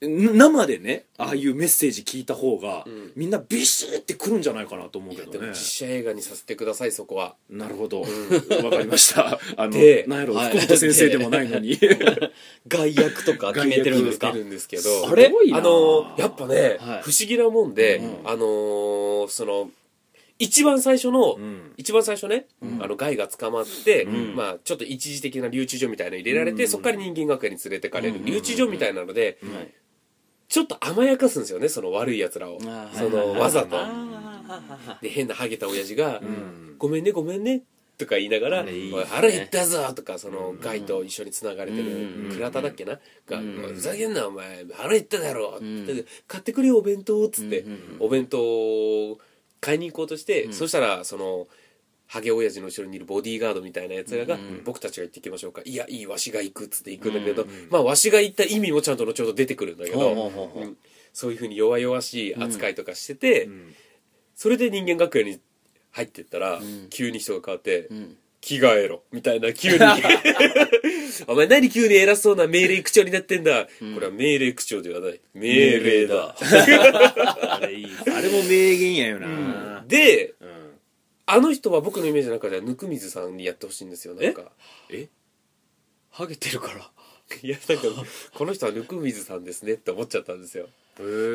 Speaker 2: ん生でねああいうメッセージ聞いた方が、
Speaker 1: うん
Speaker 2: みんなビシッてくるんじゃないかなと思うけ
Speaker 1: で
Speaker 2: ど
Speaker 1: も
Speaker 2: ね
Speaker 1: 実写映画にさせてくださいそこは
Speaker 2: なるほどわ、かり ましたあの
Speaker 1: で
Speaker 2: なんやろ
Speaker 3: はい
Speaker 2: 福本先生でもない のに
Speaker 3: 外役とか決めてるんですか
Speaker 1: 出てるんですけど
Speaker 2: あれ
Speaker 1: あのやっぱね、
Speaker 3: はい
Speaker 1: 不思議なもんで、
Speaker 2: うん
Speaker 1: あのーその一番最初の、
Speaker 2: うん
Speaker 1: 一番最初ね、あのガイが捕まって、
Speaker 2: ん
Speaker 1: まあ、ちょっと一時的な留置所みたいなの入れられて、
Speaker 2: うん
Speaker 1: そこから人間学園に連れてかれる、
Speaker 3: うん
Speaker 1: 留置所みたいなので、
Speaker 3: はい
Speaker 1: ちょっと甘やかすんですよねその悪いやつらを、
Speaker 3: あー
Speaker 1: そ
Speaker 3: はいはい
Speaker 1: の
Speaker 3: はい
Speaker 1: わざと
Speaker 3: あ
Speaker 1: で変なハゲた親父が「
Speaker 2: ん
Speaker 1: ごめんねごめんね」とか言いながら「
Speaker 3: あれいい
Speaker 1: おい腹減ったぞ」とかそのガイと一緒に繋がれて
Speaker 3: う
Speaker 1: る
Speaker 3: ん
Speaker 1: 倉田だっけなが
Speaker 3: ん
Speaker 1: おい「ふざけんなお前腹減っただろ」っ
Speaker 3: ん
Speaker 1: て買ってくれよお弁当」っつって
Speaker 3: うん
Speaker 1: お弁当を買いに行こうとしてそしたらその。ハゲ親父の後ろにいるボディーガードみたいなやつらが「僕たちが行ってきましょうか」「いやいいわしが行く」っつって行くんだけどまあわしが行った意味もちゃんと後ほど出てくるんだけ
Speaker 3: ほうほうほう
Speaker 1: ど
Speaker 3: ほう
Speaker 1: うんそういうふうに弱々しい扱いとかしてて、それで人間学園に入ってったら、急に人が変わって、
Speaker 3: ん
Speaker 1: 着替えろみたいな急 にお前何急に偉そうな命令口調になってんだ、これは命令口調ではない命令だ
Speaker 2: あれいいあれも名言やよな、
Speaker 1: で
Speaker 2: うん
Speaker 1: あの人は僕のイメージの中では温水さんにやってほしいんですよなんか
Speaker 2: え
Speaker 3: ハゲてるから
Speaker 1: いやなんかこの人は温水さんですねって思っちゃったんですよ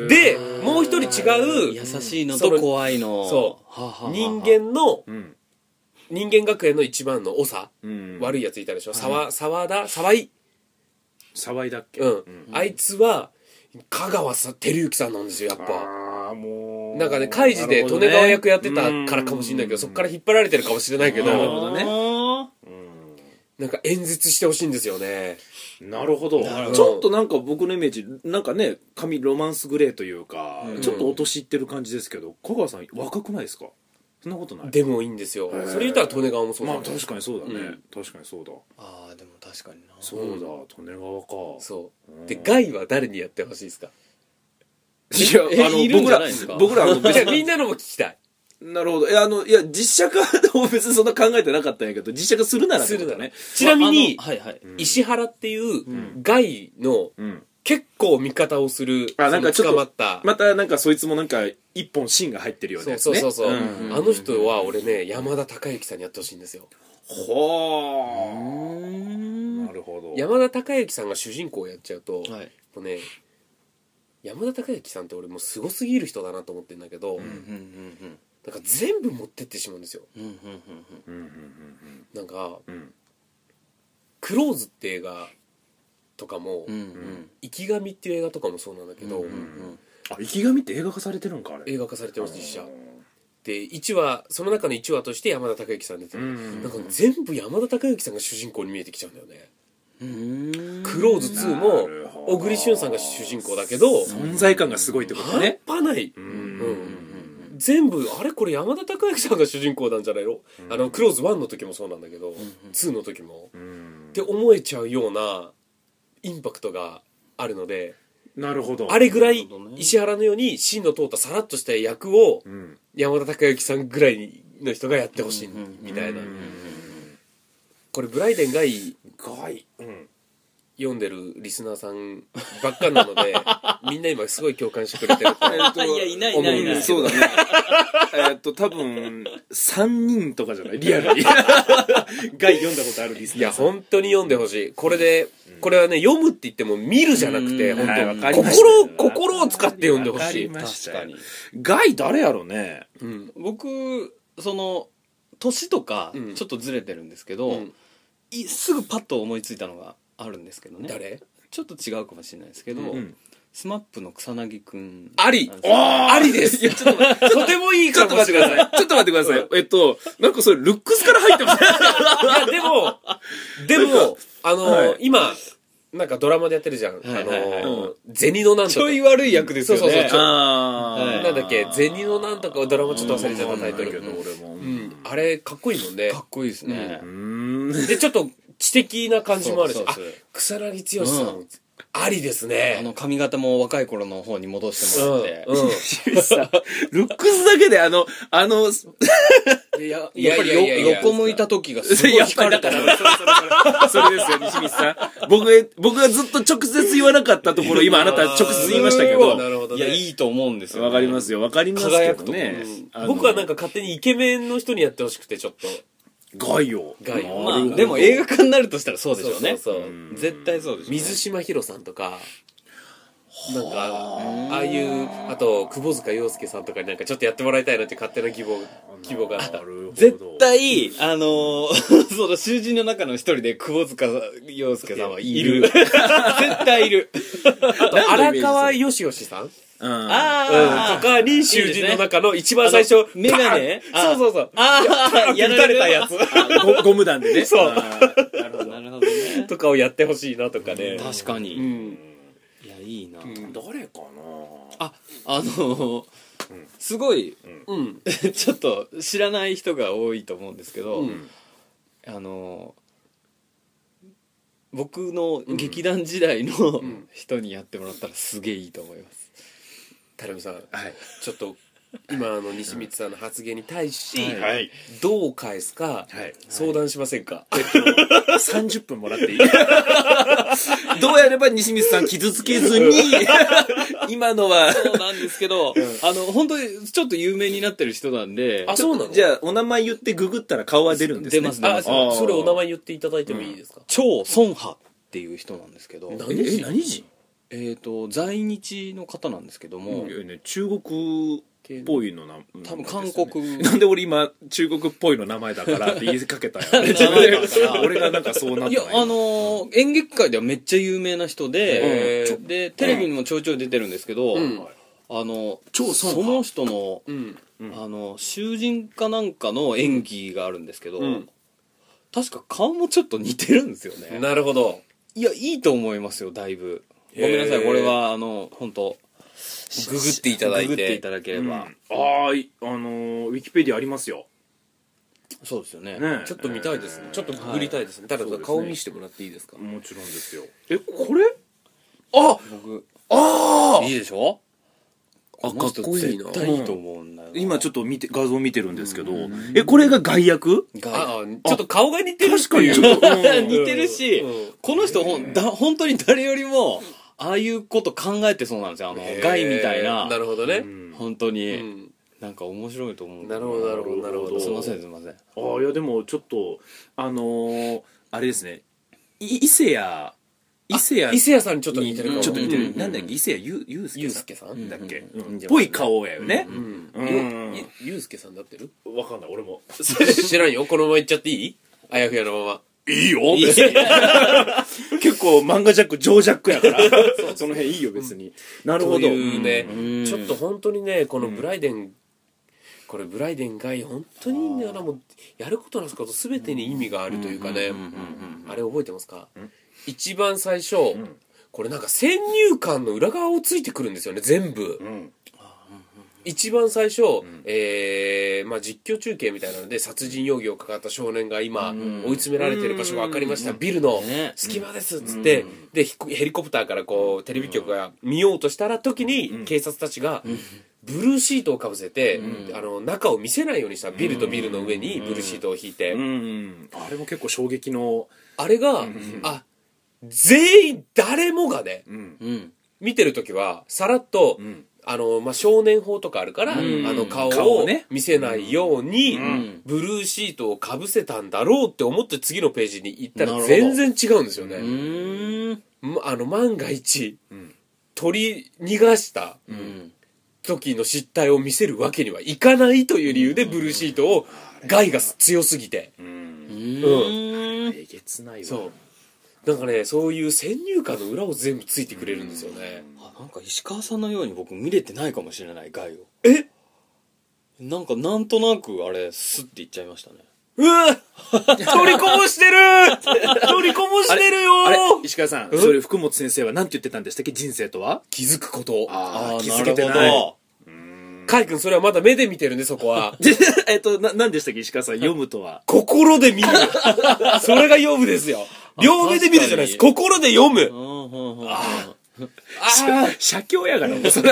Speaker 2: で、
Speaker 1: でもう一人違う
Speaker 3: 優しいの
Speaker 1: そ
Speaker 3: と
Speaker 1: の
Speaker 3: 怖いの
Speaker 1: そ
Speaker 3: はあはあはあ
Speaker 1: 人間の
Speaker 2: うん
Speaker 1: 人間学園の一番の長、
Speaker 2: うん、
Speaker 1: 悪いやついたでしょ沢沢田沢井
Speaker 2: 騒いだっけ
Speaker 1: うん、あいつは香川さ照之さんなんですよやっぱ
Speaker 2: ああもう
Speaker 1: なんかねカイジで利根川役やってたからかもしれないけどそっからら引っ張られてるかもしれないけ
Speaker 2: なるほ
Speaker 1: ど
Speaker 2: どね
Speaker 3: あー
Speaker 1: なんか演説してほしいんですよね。
Speaker 2: なるほど
Speaker 3: なるほど
Speaker 2: ちょっとなんか僕のイメージなんかね髪ロマンスグレーというか、
Speaker 3: うん
Speaker 2: ちょっと落としってる感じですけど香川さん若くないですかそんなことない
Speaker 1: でもいいんですよ
Speaker 2: へ。ー
Speaker 1: それ言ったら利根川もそう
Speaker 2: まあ
Speaker 1: だ
Speaker 2: 確かにそうだね、
Speaker 1: うん
Speaker 2: 確かにそうだ
Speaker 3: ああでも確かにな
Speaker 2: そうだ利根川か
Speaker 1: そう。で、ガイは誰にやってほしいですか
Speaker 2: いやあ
Speaker 3: えい
Speaker 2: の
Speaker 3: るん
Speaker 2: 僕
Speaker 3: じゃ
Speaker 2: ら
Speaker 3: ないですか
Speaker 2: 僕らあの別
Speaker 1: じゃあ
Speaker 2: に
Speaker 1: みんなのも聞きたい。
Speaker 2: なるほどいやあのいや実写化 を別にそんな考えてなかったんやけど実写化するなら
Speaker 1: するなら
Speaker 2: ね
Speaker 1: ちなみに
Speaker 3: あ、あのはいはい
Speaker 1: 石原っていうガイの
Speaker 2: うん
Speaker 1: 結構味方をする、
Speaker 2: あなんかち
Speaker 1: そ
Speaker 2: ょっ
Speaker 1: の
Speaker 2: と
Speaker 1: 捕まった。
Speaker 2: またなんかそいつもなんか一本芯が入ってるような
Speaker 1: そう
Speaker 2: やつ
Speaker 1: そ
Speaker 2: ね
Speaker 1: うそうそう。
Speaker 2: ん
Speaker 1: あの人は俺ね、山田孝之さんにやってほしいんですよ。
Speaker 2: ほ
Speaker 3: う
Speaker 2: ー
Speaker 3: ん
Speaker 2: なるほど
Speaker 1: 山田孝之さんが主人公をやっちゃうと、も
Speaker 3: はい、
Speaker 1: うね、山田孝之さんって俺もうすごすぎる人だなと思ってんだけど、
Speaker 3: うんうん
Speaker 1: なんか全部持ってってしまうんですよ。
Speaker 3: うんうんうんうんうん
Speaker 2: うんうん
Speaker 1: なんか、
Speaker 2: うんうん
Speaker 1: クローズって映画とかも、
Speaker 3: うんうん
Speaker 1: 生き神っていう映画とかもそうなんだけ
Speaker 3: う
Speaker 1: ど、
Speaker 3: んうん
Speaker 2: あ生き神って映画化されてるんかあれ
Speaker 1: 映
Speaker 2: 画
Speaker 1: 画化されてます実写で1話その中の1話として山田孝之さん出てる、なんか全部山田孝之さんが主人公に見えてきちゃうんだよね、
Speaker 3: うん
Speaker 1: クローズ2も
Speaker 2: なるほど
Speaker 1: 小栗旬さんが主人公だけど
Speaker 2: 存在感がすごいってこと
Speaker 1: 半
Speaker 2: ね
Speaker 1: 端ない、
Speaker 2: う
Speaker 1: うん全部あれこれ山田孝之さんが主人公なんじゃないの,、あのクローズ1の時もそうなんだけど、2の時も、
Speaker 2: うん
Speaker 1: って思えちゃうようなインパクトがあるので
Speaker 2: なるほど
Speaker 1: あれぐらい
Speaker 3: なるほどね
Speaker 1: 石原のように芯の通ったさらっとした役を
Speaker 2: うん
Speaker 1: 山田孝之さんぐらいの人がやってほしいみたいなこれブライデンが
Speaker 2: ガイうん
Speaker 1: 読んでるリスナーさんばっかな のでみんな今すごい共感してくれてると
Speaker 2: えっと
Speaker 3: いやいないいないいない
Speaker 2: うんそうだね えっと多分三人とかじゃないリア ルにガイ読んだことあるリス
Speaker 1: い
Speaker 2: ナ
Speaker 1: や
Speaker 2: ーさん
Speaker 1: 本当に読んでほしいこれでこれはね読むって言っても見るじゃなくて
Speaker 3: うん
Speaker 1: 本
Speaker 2: はいわかり
Speaker 1: 当
Speaker 2: ました
Speaker 1: 心を心を使って読んでほ
Speaker 2: わか
Speaker 1: し
Speaker 2: り
Speaker 1: い
Speaker 2: まし
Speaker 3: 確
Speaker 2: た
Speaker 3: か
Speaker 2: よ
Speaker 3: に
Speaker 2: ガイ誰やろね
Speaker 1: うん
Speaker 3: 僕その年とか
Speaker 1: うん
Speaker 3: ちょっとずれてるんですけど、
Speaker 1: うん
Speaker 3: いすぐパッと思いついたのがあるんですけどね
Speaker 1: 誰
Speaker 3: ちょっと違うかもしれないですけど、
Speaker 2: うん
Speaker 3: スマップの草薙くん
Speaker 1: あり
Speaker 3: なんですよ
Speaker 1: ありです とてもいい
Speaker 2: ち
Speaker 1: か
Speaker 2: ょっと
Speaker 1: も
Speaker 2: 待
Speaker 1: し
Speaker 2: って
Speaker 1: れ
Speaker 2: く
Speaker 1: な
Speaker 2: だ
Speaker 1: い
Speaker 2: さい。 ちょっと待ってください。えっと、なんかそれ、ルックスから入ってます。
Speaker 1: いや、でも、でも、あの、
Speaker 2: はい
Speaker 1: 今、なんかドラマでやってるじゃん。
Speaker 3: はいはいはい
Speaker 1: あの、銭のなんと
Speaker 3: ち
Speaker 1: か。
Speaker 3: ょい悪い役ですよね
Speaker 1: そうそうそう
Speaker 2: あ
Speaker 3: ー
Speaker 1: なんだっけ、銭のなんとかドラマちょっと忘れちゃったタイト
Speaker 2: け
Speaker 1: ル。
Speaker 2: ど、俺も。う
Speaker 1: うん、あれ、かっこいいもんね
Speaker 3: か。っこいいですね、
Speaker 2: ーん。
Speaker 1: で、ちょっと知的な感じもあるし
Speaker 3: そ、う
Speaker 1: あ
Speaker 3: そうそう、
Speaker 1: 草薙剛さ、
Speaker 3: うん
Speaker 1: ありです
Speaker 3: あ
Speaker 1: ね
Speaker 3: の。髪型も若い頃の方に戻して
Speaker 1: うん
Speaker 3: もら
Speaker 1: う
Speaker 3: って、
Speaker 1: ん
Speaker 2: さ、ルックスだけで、あの、あの、
Speaker 1: いや、い
Speaker 3: やっ
Speaker 1: や
Speaker 3: ぱ
Speaker 1: い
Speaker 3: り
Speaker 1: やいやい
Speaker 3: よ
Speaker 1: や
Speaker 3: 横向いた時がすごい光る
Speaker 2: だから、それそれそれですよ、西光さん。僕へ、僕がずっと直接言わなかったところ、今あなた直接言いましたけ
Speaker 1: あーな
Speaker 2: ど、
Speaker 1: るほど
Speaker 3: い
Speaker 1: ね。
Speaker 3: やいいと思うんですよ、
Speaker 2: わかりますよ、わかりますけ
Speaker 3: 輝くと
Speaker 2: ど
Speaker 3: 思う
Speaker 2: ね
Speaker 1: うん。僕はなん
Speaker 2: か、
Speaker 1: か勝手にイケメンの人にやってほしくて、ちょっと。
Speaker 2: 概要。
Speaker 1: ガイを
Speaker 3: ま
Speaker 2: なるほ
Speaker 3: あ、
Speaker 2: ど
Speaker 3: でも映画化になるとしたらそうでしょうね
Speaker 1: そうそうそう
Speaker 2: うん
Speaker 3: 絶対そうでしょう、ね、
Speaker 1: 水島ひろさんとか、なんか、ああいう、あと、窪塚洋介さんとかになんかちょっとやってもらいたいなって勝手な希望、希望があった
Speaker 2: な。るほど
Speaker 3: 絶対、あのー その囚人の中の一人で、窪塚洋介さんはいる。絶対いる。
Speaker 1: あと、
Speaker 2: 何のイメージ
Speaker 1: 荒川よしよしさん
Speaker 2: うん。
Speaker 1: と
Speaker 3: あ
Speaker 1: かに囚人の中の一番最
Speaker 3: あ
Speaker 1: 初
Speaker 3: の、メガネ
Speaker 1: パーン
Speaker 3: あ
Speaker 1: そうそうそう。
Speaker 3: ああ、
Speaker 1: やられたやつ。
Speaker 2: ゴゴム弾でね。
Speaker 1: そう
Speaker 2: あーなるほど。
Speaker 3: なるほどね。
Speaker 1: とかをやってほしいなとかね。
Speaker 3: 確かに。
Speaker 1: う
Speaker 3: い
Speaker 1: ん。
Speaker 3: や、いいな。
Speaker 2: 誰かな
Speaker 3: あ、あのーすごい、
Speaker 1: うん。
Speaker 3: ちょっと知らない人が多いと思うんですけど、
Speaker 1: うん
Speaker 3: あのー僕の劇団時代の
Speaker 1: ん
Speaker 3: 人にやってもらったらすげえいいと思います。
Speaker 1: 田辺さん、
Speaker 2: はい。
Speaker 1: ちょっと、今あの、西光さんの発言に対し、
Speaker 2: はいはい
Speaker 1: どう返すか、
Speaker 2: はい
Speaker 1: 相談しませんか、
Speaker 2: 30分もらっ ていいどうやれば西光さん傷つ けずに、今のは、
Speaker 3: そうなんですけど、あの、本当にちょっと有名になってる人なんで、
Speaker 1: あ、そうなの
Speaker 2: じゃあお名前言ってググったら顔は出るんですね。
Speaker 3: 出ます
Speaker 1: あ、
Speaker 2: あー
Speaker 1: それお名前言っていただいてもいいですか、
Speaker 3: 超孫波っていう人なんですけど、
Speaker 1: な
Speaker 2: え、え何人
Speaker 3: えっ、と、在日の方なんですけども、
Speaker 2: ね、中国っぽいのな、
Speaker 3: 多分韓国、
Speaker 2: なんで俺今、中国っぽいの名前だか らって言いかけた よ、ね
Speaker 3: 名前だから
Speaker 2: 俺がなんかそうなった
Speaker 3: いや、
Speaker 2: わ
Speaker 3: あのー演劇界ではめっちゃ有名な人で、
Speaker 1: へー
Speaker 3: ちょで、テレビにもちょいちょい出てるんですけど、
Speaker 1: うん
Speaker 3: あの、
Speaker 2: 超孫波
Speaker 3: その人の、
Speaker 1: うん。
Speaker 3: あの、囚人かなんかの演技があるんですけど、
Speaker 1: うん
Speaker 3: 確か顔もちょっと似てるんですよね
Speaker 1: なるほど
Speaker 3: いやいいと思いますよだいぶ
Speaker 1: へ
Speaker 3: ご
Speaker 1: ー
Speaker 3: めんなさいこれはあの本当
Speaker 1: ググっていただいて
Speaker 3: ググっていただければ、
Speaker 2: ああいあのーウィキペディアありますよ
Speaker 3: そうですよね
Speaker 2: ね
Speaker 1: ちょっと見たいですねちょっとググりたいですね、た
Speaker 2: そう
Speaker 1: だ
Speaker 2: ですね
Speaker 1: 顔見してもらっていいですか
Speaker 2: もちろんですよえこれあ
Speaker 3: 僕
Speaker 1: あ
Speaker 3: いいでしょ
Speaker 1: あかっこいいな
Speaker 3: 絶対いいと思うんだよな
Speaker 2: 今ちょっと見て画像見てるんですけどえこれが外役
Speaker 3: が
Speaker 1: あちょっと顔が似てる
Speaker 2: 確かに
Speaker 1: って
Speaker 2: ち
Speaker 1: いう
Speaker 2: ょっとうん
Speaker 3: 似てるし、
Speaker 1: うん
Speaker 3: この人ほんだ本当に誰よりもああいうこと考えてそうなんですよあの
Speaker 1: へー
Speaker 3: ガイみたいな
Speaker 1: なるほどね、
Speaker 2: うん
Speaker 3: 本当に、
Speaker 1: うん
Speaker 3: なんか面白いと思う
Speaker 1: なるほどなるほどなるほど
Speaker 3: すいませんすいません
Speaker 2: ああいやでもちょっとあのーあれですねい伊勢谷伊勢谷
Speaker 1: 伊勢谷さんにちょっと似てるかも
Speaker 2: ちょっと似て
Speaker 3: うんうんう
Speaker 2: る
Speaker 3: ん
Speaker 2: なんだっけ伊勢谷ゆゆうす
Speaker 1: ゆ
Speaker 2: け
Speaker 1: う
Speaker 2: さ
Speaker 1: すけさん、
Speaker 2: んだっけ
Speaker 3: うんうん
Speaker 2: うんぽい顔やよね
Speaker 1: うん
Speaker 2: うん
Speaker 1: ゆゆうすけさんだってる
Speaker 2: わかんない俺も
Speaker 1: 知らんよこのまま行っちゃっていいあやふやのまま
Speaker 2: い いよ別に結構漫画ジャックジョージャックやからその辺いいよ別になるほど
Speaker 1: というね、
Speaker 3: ん
Speaker 1: ちょっと本当にねこのブライデン、これブライデンが本当にいいんだよなもうやることなすこと全てに意味があるというかねあれ覚えてますか、一番最初、これなんか先入観の裏側をついてくるんですよね全部、
Speaker 2: うん
Speaker 1: 一番最初、えーまあ、実況中継みたいなので殺人容疑をかかった少年が今、追い詰められてる場所が分かりました、ビルの
Speaker 3: ね
Speaker 1: 隙間ですっつって、でひこヘリコプターからこうテレビ局が見ようとしたら時に警察たちが、ブルーシートをかぶせて、あの中を見せないようにしたビルとビルの上にブルーシートを引いて、
Speaker 2: うんあれも結構衝撃の
Speaker 1: あれが、あ全員誰もがね
Speaker 2: うん
Speaker 3: うん
Speaker 1: 見てる時はさらっと、
Speaker 2: ん
Speaker 1: あのまあ、少年法とかあるから、
Speaker 3: ん
Speaker 1: あの顔
Speaker 2: 顔を
Speaker 1: を
Speaker 2: ね
Speaker 1: 見せないように、
Speaker 3: ん
Speaker 1: ブルーシートをかぶせたんだろうって思って次のページに行った
Speaker 3: な
Speaker 1: ら
Speaker 3: るほど
Speaker 1: 全然違うんですよね。
Speaker 3: うーん
Speaker 1: まあの万が一、
Speaker 2: ん
Speaker 1: 取り逃がした
Speaker 3: うん
Speaker 1: 時の失態を見せるわけにはいかないという理由でブルーシートを害が強すぎて、
Speaker 2: うん
Speaker 3: うん
Speaker 2: えげつないわ
Speaker 1: そうなんかねそういう先入観の裏を全部ついてくれるんですよね、
Speaker 3: あなんか石川さんのように僕見れてないかもしれないガイを
Speaker 1: え
Speaker 3: なんかなんとなくあれスッていっちゃいましたね
Speaker 1: うわ 取りこぼしてる 取りこぼしてるよ
Speaker 2: あれ石川さんそれ福本先生は何て言ってたんでしたっけ人生とは
Speaker 1: 気づくこと
Speaker 2: あ
Speaker 3: ー
Speaker 2: ー気づけてない
Speaker 3: るほ
Speaker 1: カイ君それはまだ目で見てるねそこは
Speaker 2: えっと、な、何でしたっけ石川さん、読むとは。
Speaker 1: 心で見る それが読むですよ両目で見るじゃないです心で読む
Speaker 3: どうんうんうん
Speaker 2: 写経やから、お坊さん。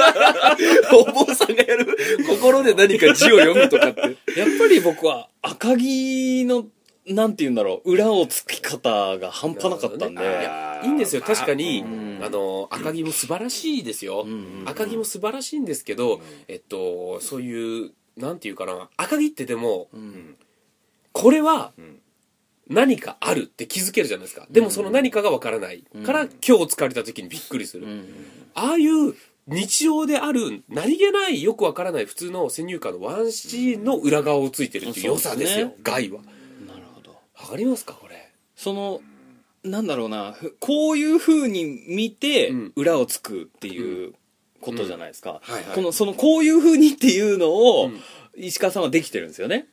Speaker 2: お坊さんがやる、心で何か字を読む とかって。
Speaker 3: やっぱり僕は赤木のなんて言うんだろう裏をつき方が半端なかったんで、
Speaker 1: いやいいんですよ確かに、
Speaker 3: ん
Speaker 1: あの赤木も素晴らしいですよ、
Speaker 3: んうん
Speaker 1: 赤木も素晴らしいんですけど、えっとそういうなんていうかな赤木ってでも、
Speaker 3: ん
Speaker 1: これは
Speaker 2: ん
Speaker 1: 何かあるって気づけるじゃないですかでもその何かがわからないから、今日疲れた時にびっくりする、ああいう日常である何気ないよくわからない普通の先入観のワンシーンの裏側をついてるっていう良さです
Speaker 3: そ
Speaker 1: よ、
Speaker 3: うですね
Speaker 1: 害は
Speaker 3: なるほど
Speaker 1: わかりますかこれ
Speaker 3: そのなんだろうなふこういう風に見て
Speaker 1: うん
Speaker 3: 裏をつくっていうことじゃないですか、
Speaker 1: はいはい
Speaker 3: このそのこういう風にっていうのを、
Speaker 1: うん
Speaker 3: 石川さんはできてるんですよね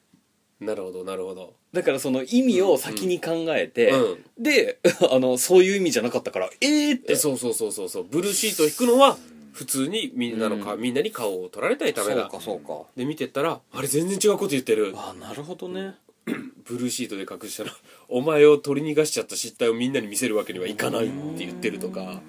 Speaker 1: なるほどなるほど
Speaker 3: だからその意味を先に考えて、
Speaker 1: うん
Speaker 3: で あのそういう意味じゃなかったからえーって
Speaker 1: えそうそうそうそうそうブルーシートを引くのは普通にみんなのか、みんなに顔を取られないためだ
Speaker 3: そうか
Speaker 1: で見てったらあれ全然違うこと言ってる
Speaker 3: あなるほどね
Speaker 1: ブルーシートで隠したらお前を取り逃がしちゃった失態をみんなに見せるわけにはいかないって言ってるとか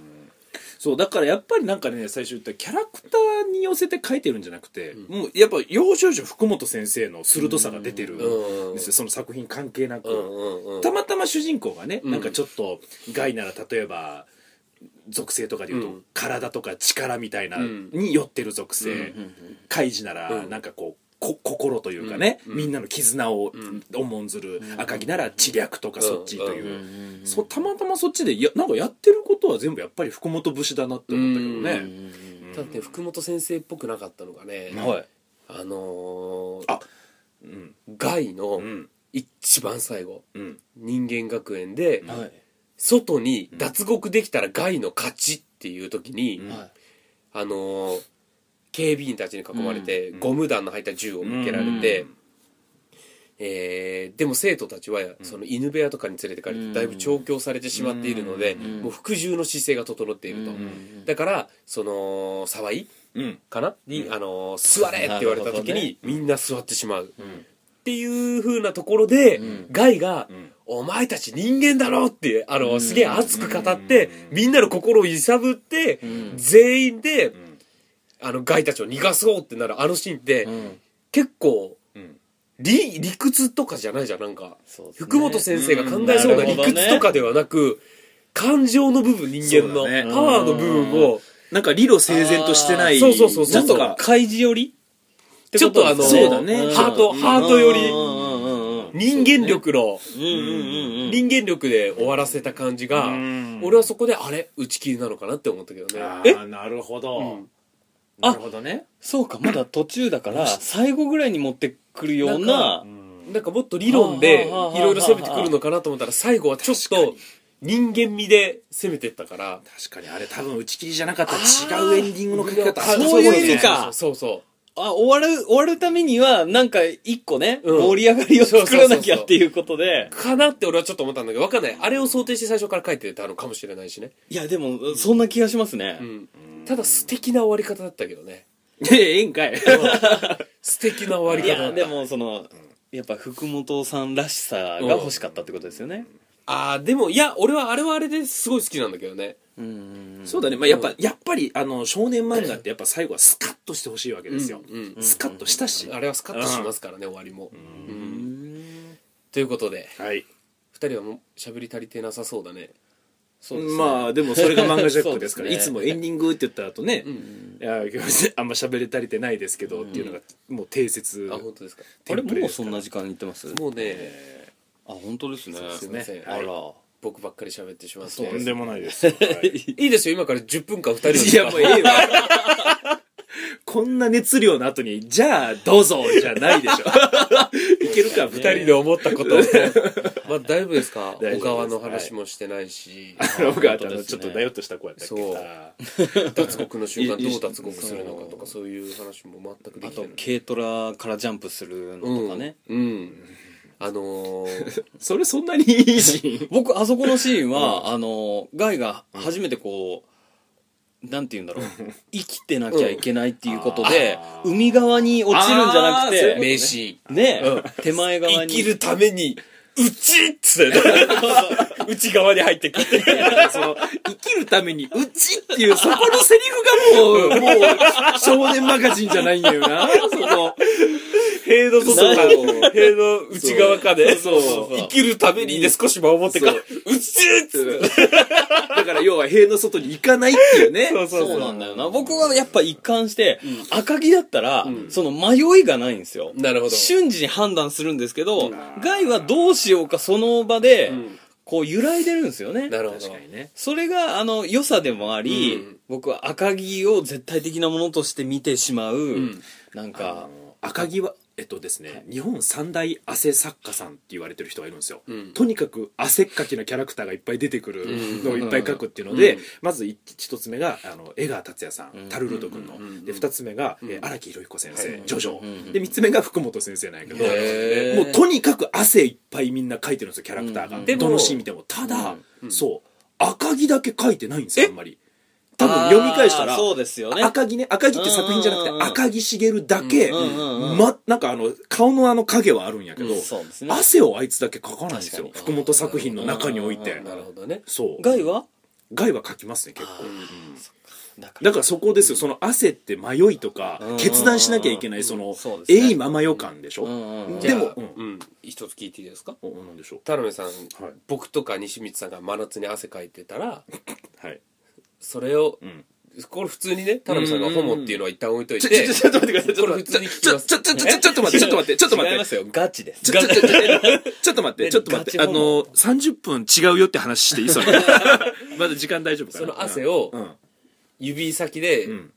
Speaker 2: そう、だからやっぱりなんかね、最初言ったキャラクターに寄せて書いてるんじゃなくて、もうやっぱ要所要所福本先生の鋭さが出てるん
Speaker 1: うん
Speaker 2: ですよ、その作品関係なく。
Speaker 1: うんうんうん
Speaker 2: たまたま主人公がね、
Speaker 1: ん
Speaker 2: なんかちょっと害なら例えば属性とかで言うと、
Speaker 1: うん
Speaker 2: 体とか力みたいな
Speaker 1: うん
Speaker 2: に寄ってる属性、
Speaker 3: ん
Speaker 2: 怪事なら
Speaker 1: うん
Speaker 2: なんかこうこ心というかね、みんなの絆を重んずる、赤木なら知略とかそっちという、
Speaker 1: うん
Speaker 2: そうたまたまそっちでいやなんかやってることは全部やっぱり福本節だなって思ったけどね、
Speaker 1: だって福本先生っぽくなかったのがね、
Speaker 3: はい
Speaker 1: あのー、
Speaker 2: あうん
Speaker 1: ガイの
Speaker 2: ん
Speaker 1: 一番最後、
Speaker 2: うん
Speaker 1: 人間学園で
Speaker 3: はい
Speaker 1: 外に脱獄できたらガイの勝ちっていう時に、
Speaker 2: うん
Speaker 3: はい
Speaker 1: あのー警備員たちに囲まれて、ゴム弾の入った銃を向けられて、
Speaker 2: うん
Speaker 1: えーでも生徒たちはその犬部屋とかに連れてかれてだいぶ調教されてしまっているので、もう服従の姿勢が整っていると、だからその沢井
Speaker 2: うん
Speaker 1: かなに、あのー座れって言われた時
Speaker 3: なるほど
Speaker 1: に
Speaker 3: ね、
Speaker 1: みんな座ってしまう、っていう風なところで、ガイが、
Speaker 2: ん
Speaker 1: お前たち人間だろって、あのーすげえ熱く語って、みんなの心を揺さぶって、全員で、
Speaker 2: ん
Speaker 1: あのガイたちを逃がそうってなるあのシーンって、
Speaker 3: ん
Speaker 1: 結構
Speaker 2: うん
Speaker 1: 理理屈とかじゃないじゃんなんか、
Speaker 3: そうですね
Speaker 1: 福本先生が考えそうな理
Speaker 3: うんなるほど
Speaker 1: 屈
Speaker 3: ね
Speaker 1: とかではなく感情の部分人間の、
Speaker 2: そうだね
Speaker 1: パワーの部分を、
Speaker 2: なんか理路整然としてない
Speaker 1: そうそうそうそう
Speaker 2: なんとか
Speaker 4: 開示より
Speaker 1: ちょっとあの
Speaker 2: そうだね
Speaker 1: ハートハートより人間力の、
Speaker 3: うん
Speaker 1: 人間力で終わらせた感じが、
Speaker 2: うん
Speaker 1: 俺はそこであれ打ち切りなのかなって思ったけどね
Speaker 2: あーなるほど、
Speaker 1: うん
Speaker 2: なるほどね
Speaker 3: そうかまだ途中だから最後ぐらいに持ってくるよう
Speaker 1: な
Speaker 3: な
Speaker 1: なんかもっと理論でい
Speaker 3: はあはあはあはあ
Speaker 1: ろいろ攻めてくるのかなと思ったら最後はちょっと人間味で攻めてったから
Speaker 2: 確かにあれ多分打ち切りじゃなかったら違うエンディングの書き方
Speaker 1: か
Speaker 3: そういう意味か
Speaker 1: そうそう
Speaker 3: あ終わる終わるためにはなんか一個ね、
Speaker 1: うん
Speaker 3: 盛り上がりを作らなきゃっていうことで
Speaker 1: そうかなって俺はちょっと思ったんだけどわかんないあれを想定して最初から書いてたのかもしれないしね、
Speaker 3: いやでもそんな気がしますね、
Speaker 1: うん、ただ素敵な終わり方だったけどね
Speaker 3: いやええんかい
Speaker 1: 素敵な終わ
Speaker 3: い
Speaker 1: り方だ
Speaker 3: や
Speaker 1: った
Speaker 3: でもそのやっぱ福本さんらしさが欲しかったってことですよね
Speaker 1: ああでもいや俺はあれはあれですごい好きなんだけどね
Speaker 3: うん
Speaker 2: そうだね、まあ、やっぱ、やっぱり、あの、少年漫画ってやっぱ最後はスカッとしてほしいわけですよ。
Speaker 1: うん
Speaker 2: スカッとしたし。
Speaker 1: あれはスカッとしますからね終わりもうん
Speaker 3: うん
Speaker 1: ということで
Speaker 2: はい。
Speaker 1: 二人はもう喋り足りてなさそうだね
Speaker 3: そうですね
Speaker 2: まあ、でもそれが漫画ジャックですから、
Speaker 3: そう
Speaker 2: い
Speaker 3: ですね
Speaker 2: つもエンディングって言った後ね、
Speaker 1: ん
Speaker 2: いや、今日あんま喋れ足りてないですけど、っていうのが、もう定説。
Speaker 1: あ本当ですか
Speaker 3: あれ
Speaker 2: テンプレ
Speaker 3: も
Speaker 2: で
Speaker 3: う
Speaker 2: す
Speaker 3: そ
Speaker 2: か
Speaker 3: ん
Speaker 2: ら
Speaker 3: な時間に行ってます
Speaker 1: もうね
Speaker 3: あ本当ですね
Speaker 1: すいません
Speaker 3: あら、
Speaker 1: 僕ばっかり喋ってしまって
Speaker 2: とんでもないです。 はい
Speaker 1: いいですよ今から10分間二人を
Speaker 2: いや、もうええわ。こんな熱量の後に、じゃあ、どうぞじゃない でしょ。いけるか、二
Speaker 1: 二人
Speaker 2: 人
Speaker 1: で
Speaker 2: の。
Speaker 1: 思ったことを まあ大丈夫ですか
Speaker 2: 大丈夫です
Speaker 1: 小川の話もしてないし
Speaker 2: 僕はあ
Speaker 3: 本当で
Speaker 2: の
Speaker 3: すね
Speaker 2: ちょっとだよっとした声だったっ
Speaker 1: そう
Speaker 2: けあー
Speaker 1: 脱獄の瞬間どう脱獄するのかとかそういう話も全くで
Speaker 3: あ
Speaker 1: きて
Speaker 3: と
Speaker 1: ない
Speaker 3: 軽トラからジャンプするのとかね、
Speaker 1: うん、うん、あのー
Speaker 2: それそんなにいいシーン
Speaker 3: 僕あそこのシーンは、あのガイが初めてこう、なんて言うんだろう生きてなきゃいけないっていうことで、
Speaker 2: うん
Speaker 3: 海側に落ちるんじゃなく
Speaker 2: あーそういうこと
Speaker 3: て
Speaker 1: 名シーン
Speaker 3: ね、手前側
Speaker 1: 生
Speaker 3: に
Speaker 1: きるためにうちっつ ってね内側に入ってくる
Speaker 2: その、生きるために、うちっていう、そこのセリフがもう、もう、少年マガジンじゃないんだよな、その。
Speaker 1: 塀の外か塀の内側かで
Speaker 2: そうそう
Speaker 1: 生きるためにね少し守ってから
Speaker 2: そう
Speaker 1: うちっつって
Speaker 2: だから要は塀の外に行かないっていうね。
Speaker 1: そうそう
Speaker 3: そうなんだよな僕はやっぱ一貫して、赤木だったら、
Speaker 1: ん
Speaker 3: その迷いがないんですよ
Speaker 1: なるほど
Speaker 3: 瞬時に判断するんですけど、
Speaker 2: うん
Speaker 3: ガイはどうしようかその場で、
Speaker 1: ん
Speaker 3: こう揺らいでるんですよね
Speaker 1: なるほど
Speaker 2: 確かにね。
Speaker 3: それがあの良さでもあり、
Speaker 1: うん
Speaker 3: 僕は赤木を絶対的なものとして見てしまう、
Speaker 1: ん
Speaker 3: なん
Speaker 2: あ
Speaker 3: か
Speaker 2: の赤木は、えっとですね、日本三大汗作家さんって言われてる人がいるんですよ。
Speaker 1: うん
Speaker 2: とにかく汗っかきなキャラクターがいっぱい出てくる
Speaker 1: ん
Speaker 2: のをいっぱい描くっていうので、
Speaker 1: うん
Speaker 2: まず一一つ目があの江川達也さんタルルト君の、
Speaker 1: うん
Speaker 2: で二つ目が、えー荒木宏彦先生、ジョジョ、
Speaker 3: ん
Speaker 2: で三つ目が福本先生なんやけど、
Speaker 1: へー
Speaker 2: もうとにかく汗いっぱいみんな描いてるんですよキャラクターが、
Speaker 3: うん
Speaker 1: でも
Speaker 2: どのシーン見てもただ、そう赤木だけ描いてないんです
Speaker 1: え
Speaker 2: よあんまり多分読み返した
Speaker 3: あー
Speaker 2: ら
Speaker 3: そうですよね
Speaker 2: 赤木ね赤木って作品じゃなくて
Speaker 3: うんうんうん
Speaker 2: 赤木茂だけ、
Speaker 3: うんうんうん
Speaker 2: ま、なんかあの顔のあの影はあるんやけど、
Speaker 3: うんそうですね
Speaker 2: 汗をあいつだけ描かないんですよ
Speaker 3: 確か
Speaker 2: 福
Speaker 3: に
Speaker 2: 本作品の中において
Speaker 1: なるほどね
Speaker 2: そう
Speaker 3: ガイは
Speaker 2: 害は書きますね結構
Speaker 3: だから
Speaker 2: だからそこですよその汗って迷いとか
Speaker 3: うん
Speaker 2: 決断しなきゃいけないその
Speaker 3: そうですね
Speaker 2: えいまま予感でしょ
Speaker 3: うんうんうん
Speaker 2: でも
Speaker 1: じ
Speaker 2: う
Speaker 1: ゃあ
Speaker 2: ん
Speaker 1: うん一つ聞いていいですか
Speaker 2: おなんでしょ
Speaker 1: 田辺さん、
Speaker 2: はい
Speaker 1: 僕とか西光さんが真夏に汗かいてたら
Speaker 2: うはい
Speaker 1: それを、
Speaker 2: ん
Speaker 1: これ普通にね田辺さんがホモっていうのは一旦置いとい
Speaker 2: ちょ
Speaker 1: て、
Speaker 2: ちょちょっと待ってくださいちょっと
Speaker 1: これ普通
Speaker 2: 待って
Speaker 1: に聞
Speaker 2: ち
Speaker 1: き
Speaker 2: ょ
Speaker 1: ま
Speaker 2: ち
Speaker 1: す
Speaker 2: ょちょちょちょちょっと待ってちょっと待ってちょっと待
Speaker 3: 違い
Speaker 2: っ
Speaker 3: ま
Speaker 2: て
Speaker 3: すよガチです
Speaker 2: ちょちょちょちょちょっと待って、ちょっと待って、あ
Speaker 3: ガチホ
Speaker 2: の、30分違うよって話していいそれ。まだ時間大丈夫かな
Speaker 1: その汗を
Speaker 2: うん。
Speaker 1: 指先で、
Speaker 2: うん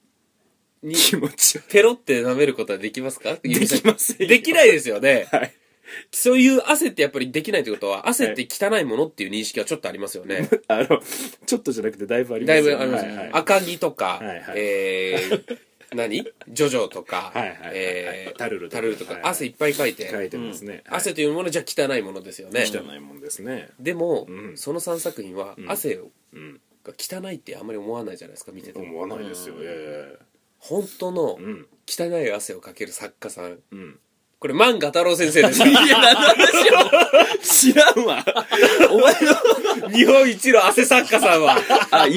Speaker 1: に
Speaker 2: 気持ちよ。
Speaker 1: ペロって舐めることはできますか
Speaker 2: で
Speaker 1: 指先
Speaker 2: きませんよ。
Speaker 1: できないですよね、
Speaker 2: はい
Speaker 1: そういう汗ってやっぱりできないってことは汗って汚いものっていう認識はちょっとありますよ ね、
Speaker 2: あの、ちょっとじゃなくてだいぶありま
Speaker 1: だ
Speaker 2: す
Speaker 1: い
Speaker 2: よ
Speaker 1: ぶあります、
Speaker 2: はいはい
Speaker 1: 赤木とか、
Speaker 2: はいはい
Speaker 1: えー何ジョジョとか、
Speaker 2: はいはいはいはい
Speaker 1: えー
Speaker 2: タルルと
Speaker 1: タ
Speaker 2: か
Speaker 1: ルルとか
Speaker 2: はいはい
Speaker 1: 汗いっぱいかいて、
Speaker 2: 書いてますね、はい
Speaker 1: 汗というものじゃ汚いものですよね。
Speaker 2: 汚いもんですね
Speaker 1: でも、
Speaker 2: うん
Speaker 1: その3作品は、汗が
Speaker 2: うん
Speaker 1: 汚いってあんまり思わないじゃないですか見てても
Speaker 2: 思わないですよ、ええ
Speaker 1: 本当の
Speaker 2: うん
Speaker 1: 汚い汗をかける作家さん
Speaker 2: うん
Speaker 1: これ万賀太郎先生です
Speaker 2: 知らんわ
Speaker 1: お前の日本一の汗作家さんは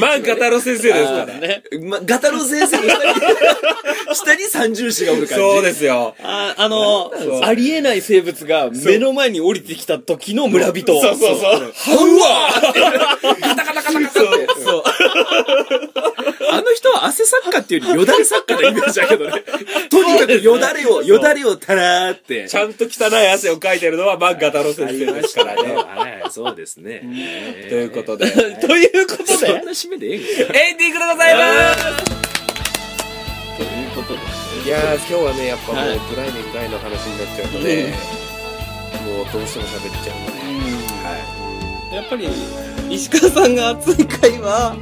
Speaker 1: 万賀太郎先生ですから
Speaker 3: ね。
Speaker 2: ま、ガタロ先生の下に下に三重師がおる感じ
Speaker 1: そうですよ
Speaker 3: ああの
Speaker 1: う、
Speaker 3: ありえない生物が目の前に降りてきた時の村人。そうそうそう。
Speaker 2: そうあの人は汗作家っていうよりよだれ作家のイメージだけどねとにかくよだれをよだれをたらーって
Speaker 1: ちゃんと汚い汗をかいてるのは万賀太郎先生ですからね
Speaker 2: はいそうですね、ええ
Speaker 1: ということで
Speaker 3: ということ
Speaker 2: そん
Speaker 3: で、
Speaker 2: な締めでええんか
Speaker 1: エンディングでございますいやー今日はねやっぱもう
Speaker 3: はい
Speaker 1: ブライネンガイの話になっちゃうとね、もうどうしても喋っちゃうのね
Speaker 3: やっぱり、石川さんが熱い回は、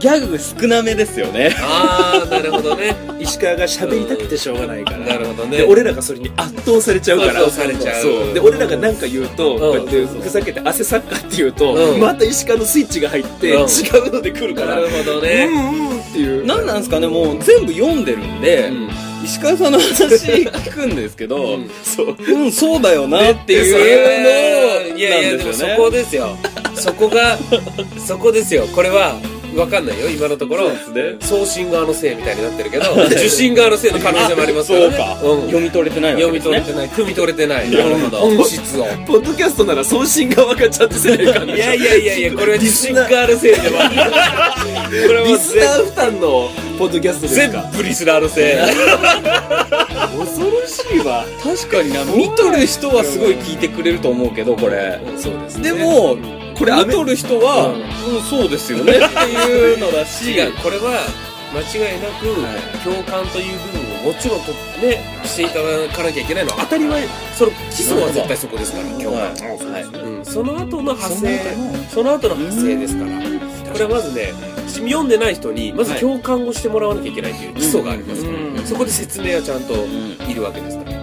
Speaker 3: ギャグ少なめですよね。
Speaker 1: ああなるほどね
Speaker 2: 石川が喋りたくてしょうがないから
Speaker 1: なるほどね
Speaker 2: で俺らがそれに圧倒されちゃうか
Speaker 1: そ
Speaker 2: ら
Speaker 1: うそうされちゃう
Speaker 2: そうで俺らが何か言うと、
Speaker 1: ん
Speaker 2: こうやってふざけて汗サッカーって言うと、
Speaker 1: うん
Speaker 2: また石川のスイッチが入って、
Speaker 1: うん
Speaker 2: 違うので来るから、
Speaker 1: な
Speaker 2: う
Speaker 1: るほ
Speaker 2: ん
Speaker 1: どね、
Speaker 2: うんっていう
Speaker 3: なんなんですかね、もう全部読んでるんで、
Speaker 1: うん
Speaker 3: 石川さんの話聞くんですけど、うん、
Speaker 2: そう
Speaker 3: そうだよなって
Speaker 1: そ
Speaker 3: いうの
Speaker 1: れ
Speaker 3: なん
Speaker 1: いやい
Speaker 3: で
Speaker 1: やですもそ
Speaker 3: よね。
Speaker 1: こですよそこがそこですよこれは分かんないよ今のところ、送信側のせいみたいになってるけど受信側のせいの可能性もありますか
Speaker 3: そう
Speaker 1: ら、ね、
Speaker 3: か、
Speaker 1: うん
Speaker 3: 読み取れてないわ
Speaker 1: 読
Speaker 3: けで
Speaker 1: み
Speaker 3: すね
Speaker 1: 取れ。てない汲み取れてない
Speaker 3: るほど
Speaker 1: 本質を
Speaker 2: ポッドキャストなら送信側がちゃんとせないから
Speaker 1: いやいやいやいやこれは受信側のせいではこれ
Speaker 2: リ
Speaker 1: は
Speaker 2: スナー負担のポッドキャストで す
Speaker 1: 全
Speaker 2: か
Speaker 1: 部リスナーのせい
Speaker 2: 恐ろしいわ
Speaker 3: 確かにな見とる人はすごい聞いてくれると思うけどこれ
Speaker 2: そうです
Speaker 3: でもこれ見とる人は、
Speaker 1: うん
Speaker 3: うんそうですよねっていうのだし
Speaker 1: 違うこれは間違いなく共感という部分をもちろんとねしていただかなきゃいけないのは当たり前その基礎は絶対そこですから共
Speaker 3: はい
Speaker 1: 感うんその後の派生その後の派生ですからこれはまずね読んでない人にまず共感をしてもらわなきゃいけないという基礎がありますから、
Speaker 3: うん
Speaker 1: そこで説明はちゃんと
Speaker 3: ん
Speaker 1: いるわけですから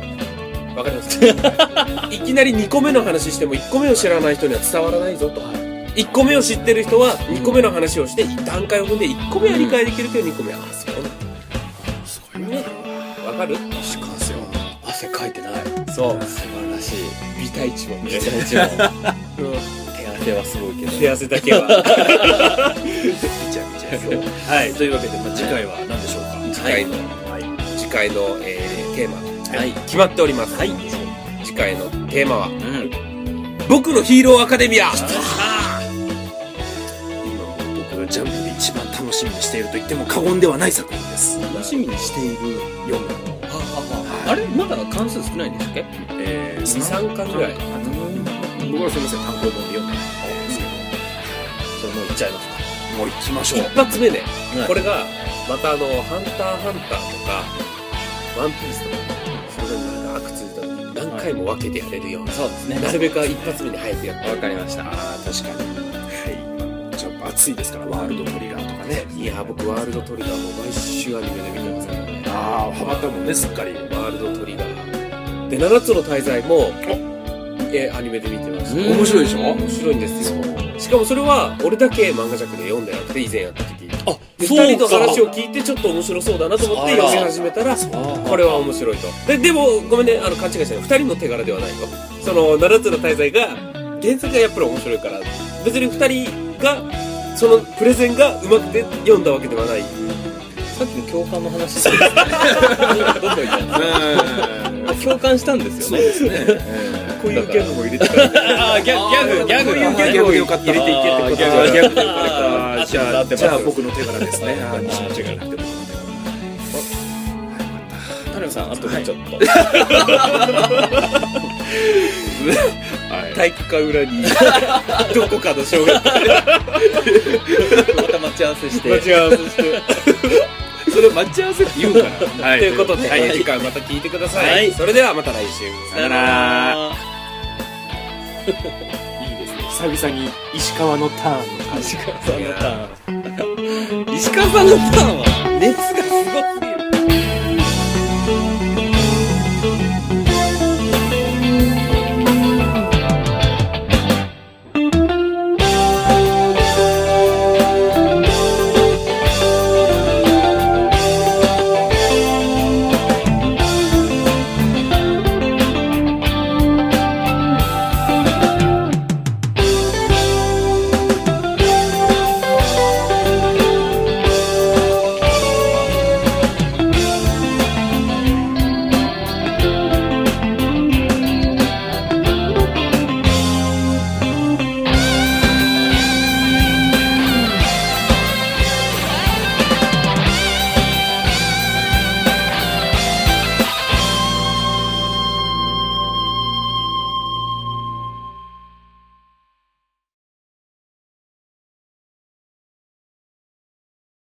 Speaker 1: わかりますかいきなり2個目の話しても1個目を知らない人には伝わらないぞと1個目を知ってる人は2個目の話をして段階を踏んで1個目は理解できるけど2個目はあそうなん
Speaker 3: すごい
Speaker 1: ねわかる
Speaker 3: しかし汗かいてない
Speaker 1: そう
Speaker 3: 素晴らしい
Speaker 1: 美体値 も見
Speaker 3: め
Speaker 1: え
Speaker 3: ちゃ
Speaker 1: ない
Speaker 3: めちゃ手汗はすごいけど
Speaker 1: 手汗だけは
Speaker 2: めちゃめちゃはいというわけで、まあ、次回は何でしょうか
Speaker 1: 次回の、
Speaker 2: はい
Speaker 1: 次回の、えーテーマ
Speaker 3: はい
Speaker 1: 決まっております、
Speaker 2: はい
Speaker 1: 次回のテーマは
Speaker 3: うん
Speaker 1: 「僕のヒーローアカデミア」
Speaker 2: 今僕がジャンプで一番楽しみにしていると言っても過言ではない作品です
Speaker 3: 楽しみにしている
Speaker 2: 読むの
Speaker 3: あれまだ関数少ないんですっけ
Speaker 2: えー
Speaker 1: 23巻ぐらい
Speaker 2: 僕はすみません単行本で読んでないんですけ
Speaker 3: それもういっちゃいますか
Speaker 2: どもう行きましょ
Speaker 1: 一
Speaker 2: う
Speaker 1: 発目ね、
Speaker 3: はい
Speaker 1: これがまたあの「ハンターハンター」とか「ワンピース」とかそれぞれが悪ついた時に何回も分けてやれるように、
Speaker 3: そうですね
Speaker 1: なるべくは一発目に早くやって
Speaker 3: わかりました
Speaker 2: ああ確かにはいちょっと暑いですからワールドトリガーとかね
Speaker 1: いやー僕ワールドトリガーも毎週アニメで見てますからね
Speaker 2: ああハマったもんねすっかり
Speaker 1: ワールドトリガーで7つの大罪もえアニメで見てます
Speaker 3: うん面白いでしょ
Speaker 1: 面白いんですよしかもそれは俺だけ漫画弱で読んでなくて以前やった時
Speaker 3: あ
Speaker 1: で2人と話を聞いてちょっと面白そうだなと思って読み始めたらこれは面白いとででもごめんねあの勘違いしない2人の手柄ではないよその7つの大罪が原作がやっぱり面白いから別に2人がそのプレゼンがうまくて読んだわけではない
Speaker 3: さっきの共感の話ですねどこ行ったんですか共感したんですよね
Speaker 1: こういうギャグも入れてた
Speaker 3: あーギャグギャグ
Speaker 1: こういう
Speaker 3: ギ
Speaker 1: ギャ
Speaker 3: ャ
Speaker 1: グ
Speaker 3: グ
Speaker 1: を入れていけってこと
Speaker 3: あーギャグ
Speaker 2: あーじゃ
Speaker 3: 合
Speaker 2: あ
Speaker 3: ってます
Speaker 2: じゃあ僕の手柄ですねああ西
Speaker 3: 西
Speaker 2: 野
Speaker 3: 野
Speaker 2: 手柄って
Speaker 3: 田辺さんあとちょっと
Speaker 1: 体育館裏に どこかの小学校
Speaker 3: また待ち合わせして
Speaker 1: 待ち合わせして
Speaker 2: それ待ち合わせって言うからは
Speaker 1: ということで、
Speaker 3: はい
Speaker 1: 次回また聞いてください、
Speaker 3: はい
Speaker 1: それではまた来週
Speaker 2: さよならいいですね久々に石川のターンの感じ
Speaker 3: 石川さんのターン石川さんのターンは熱がすごい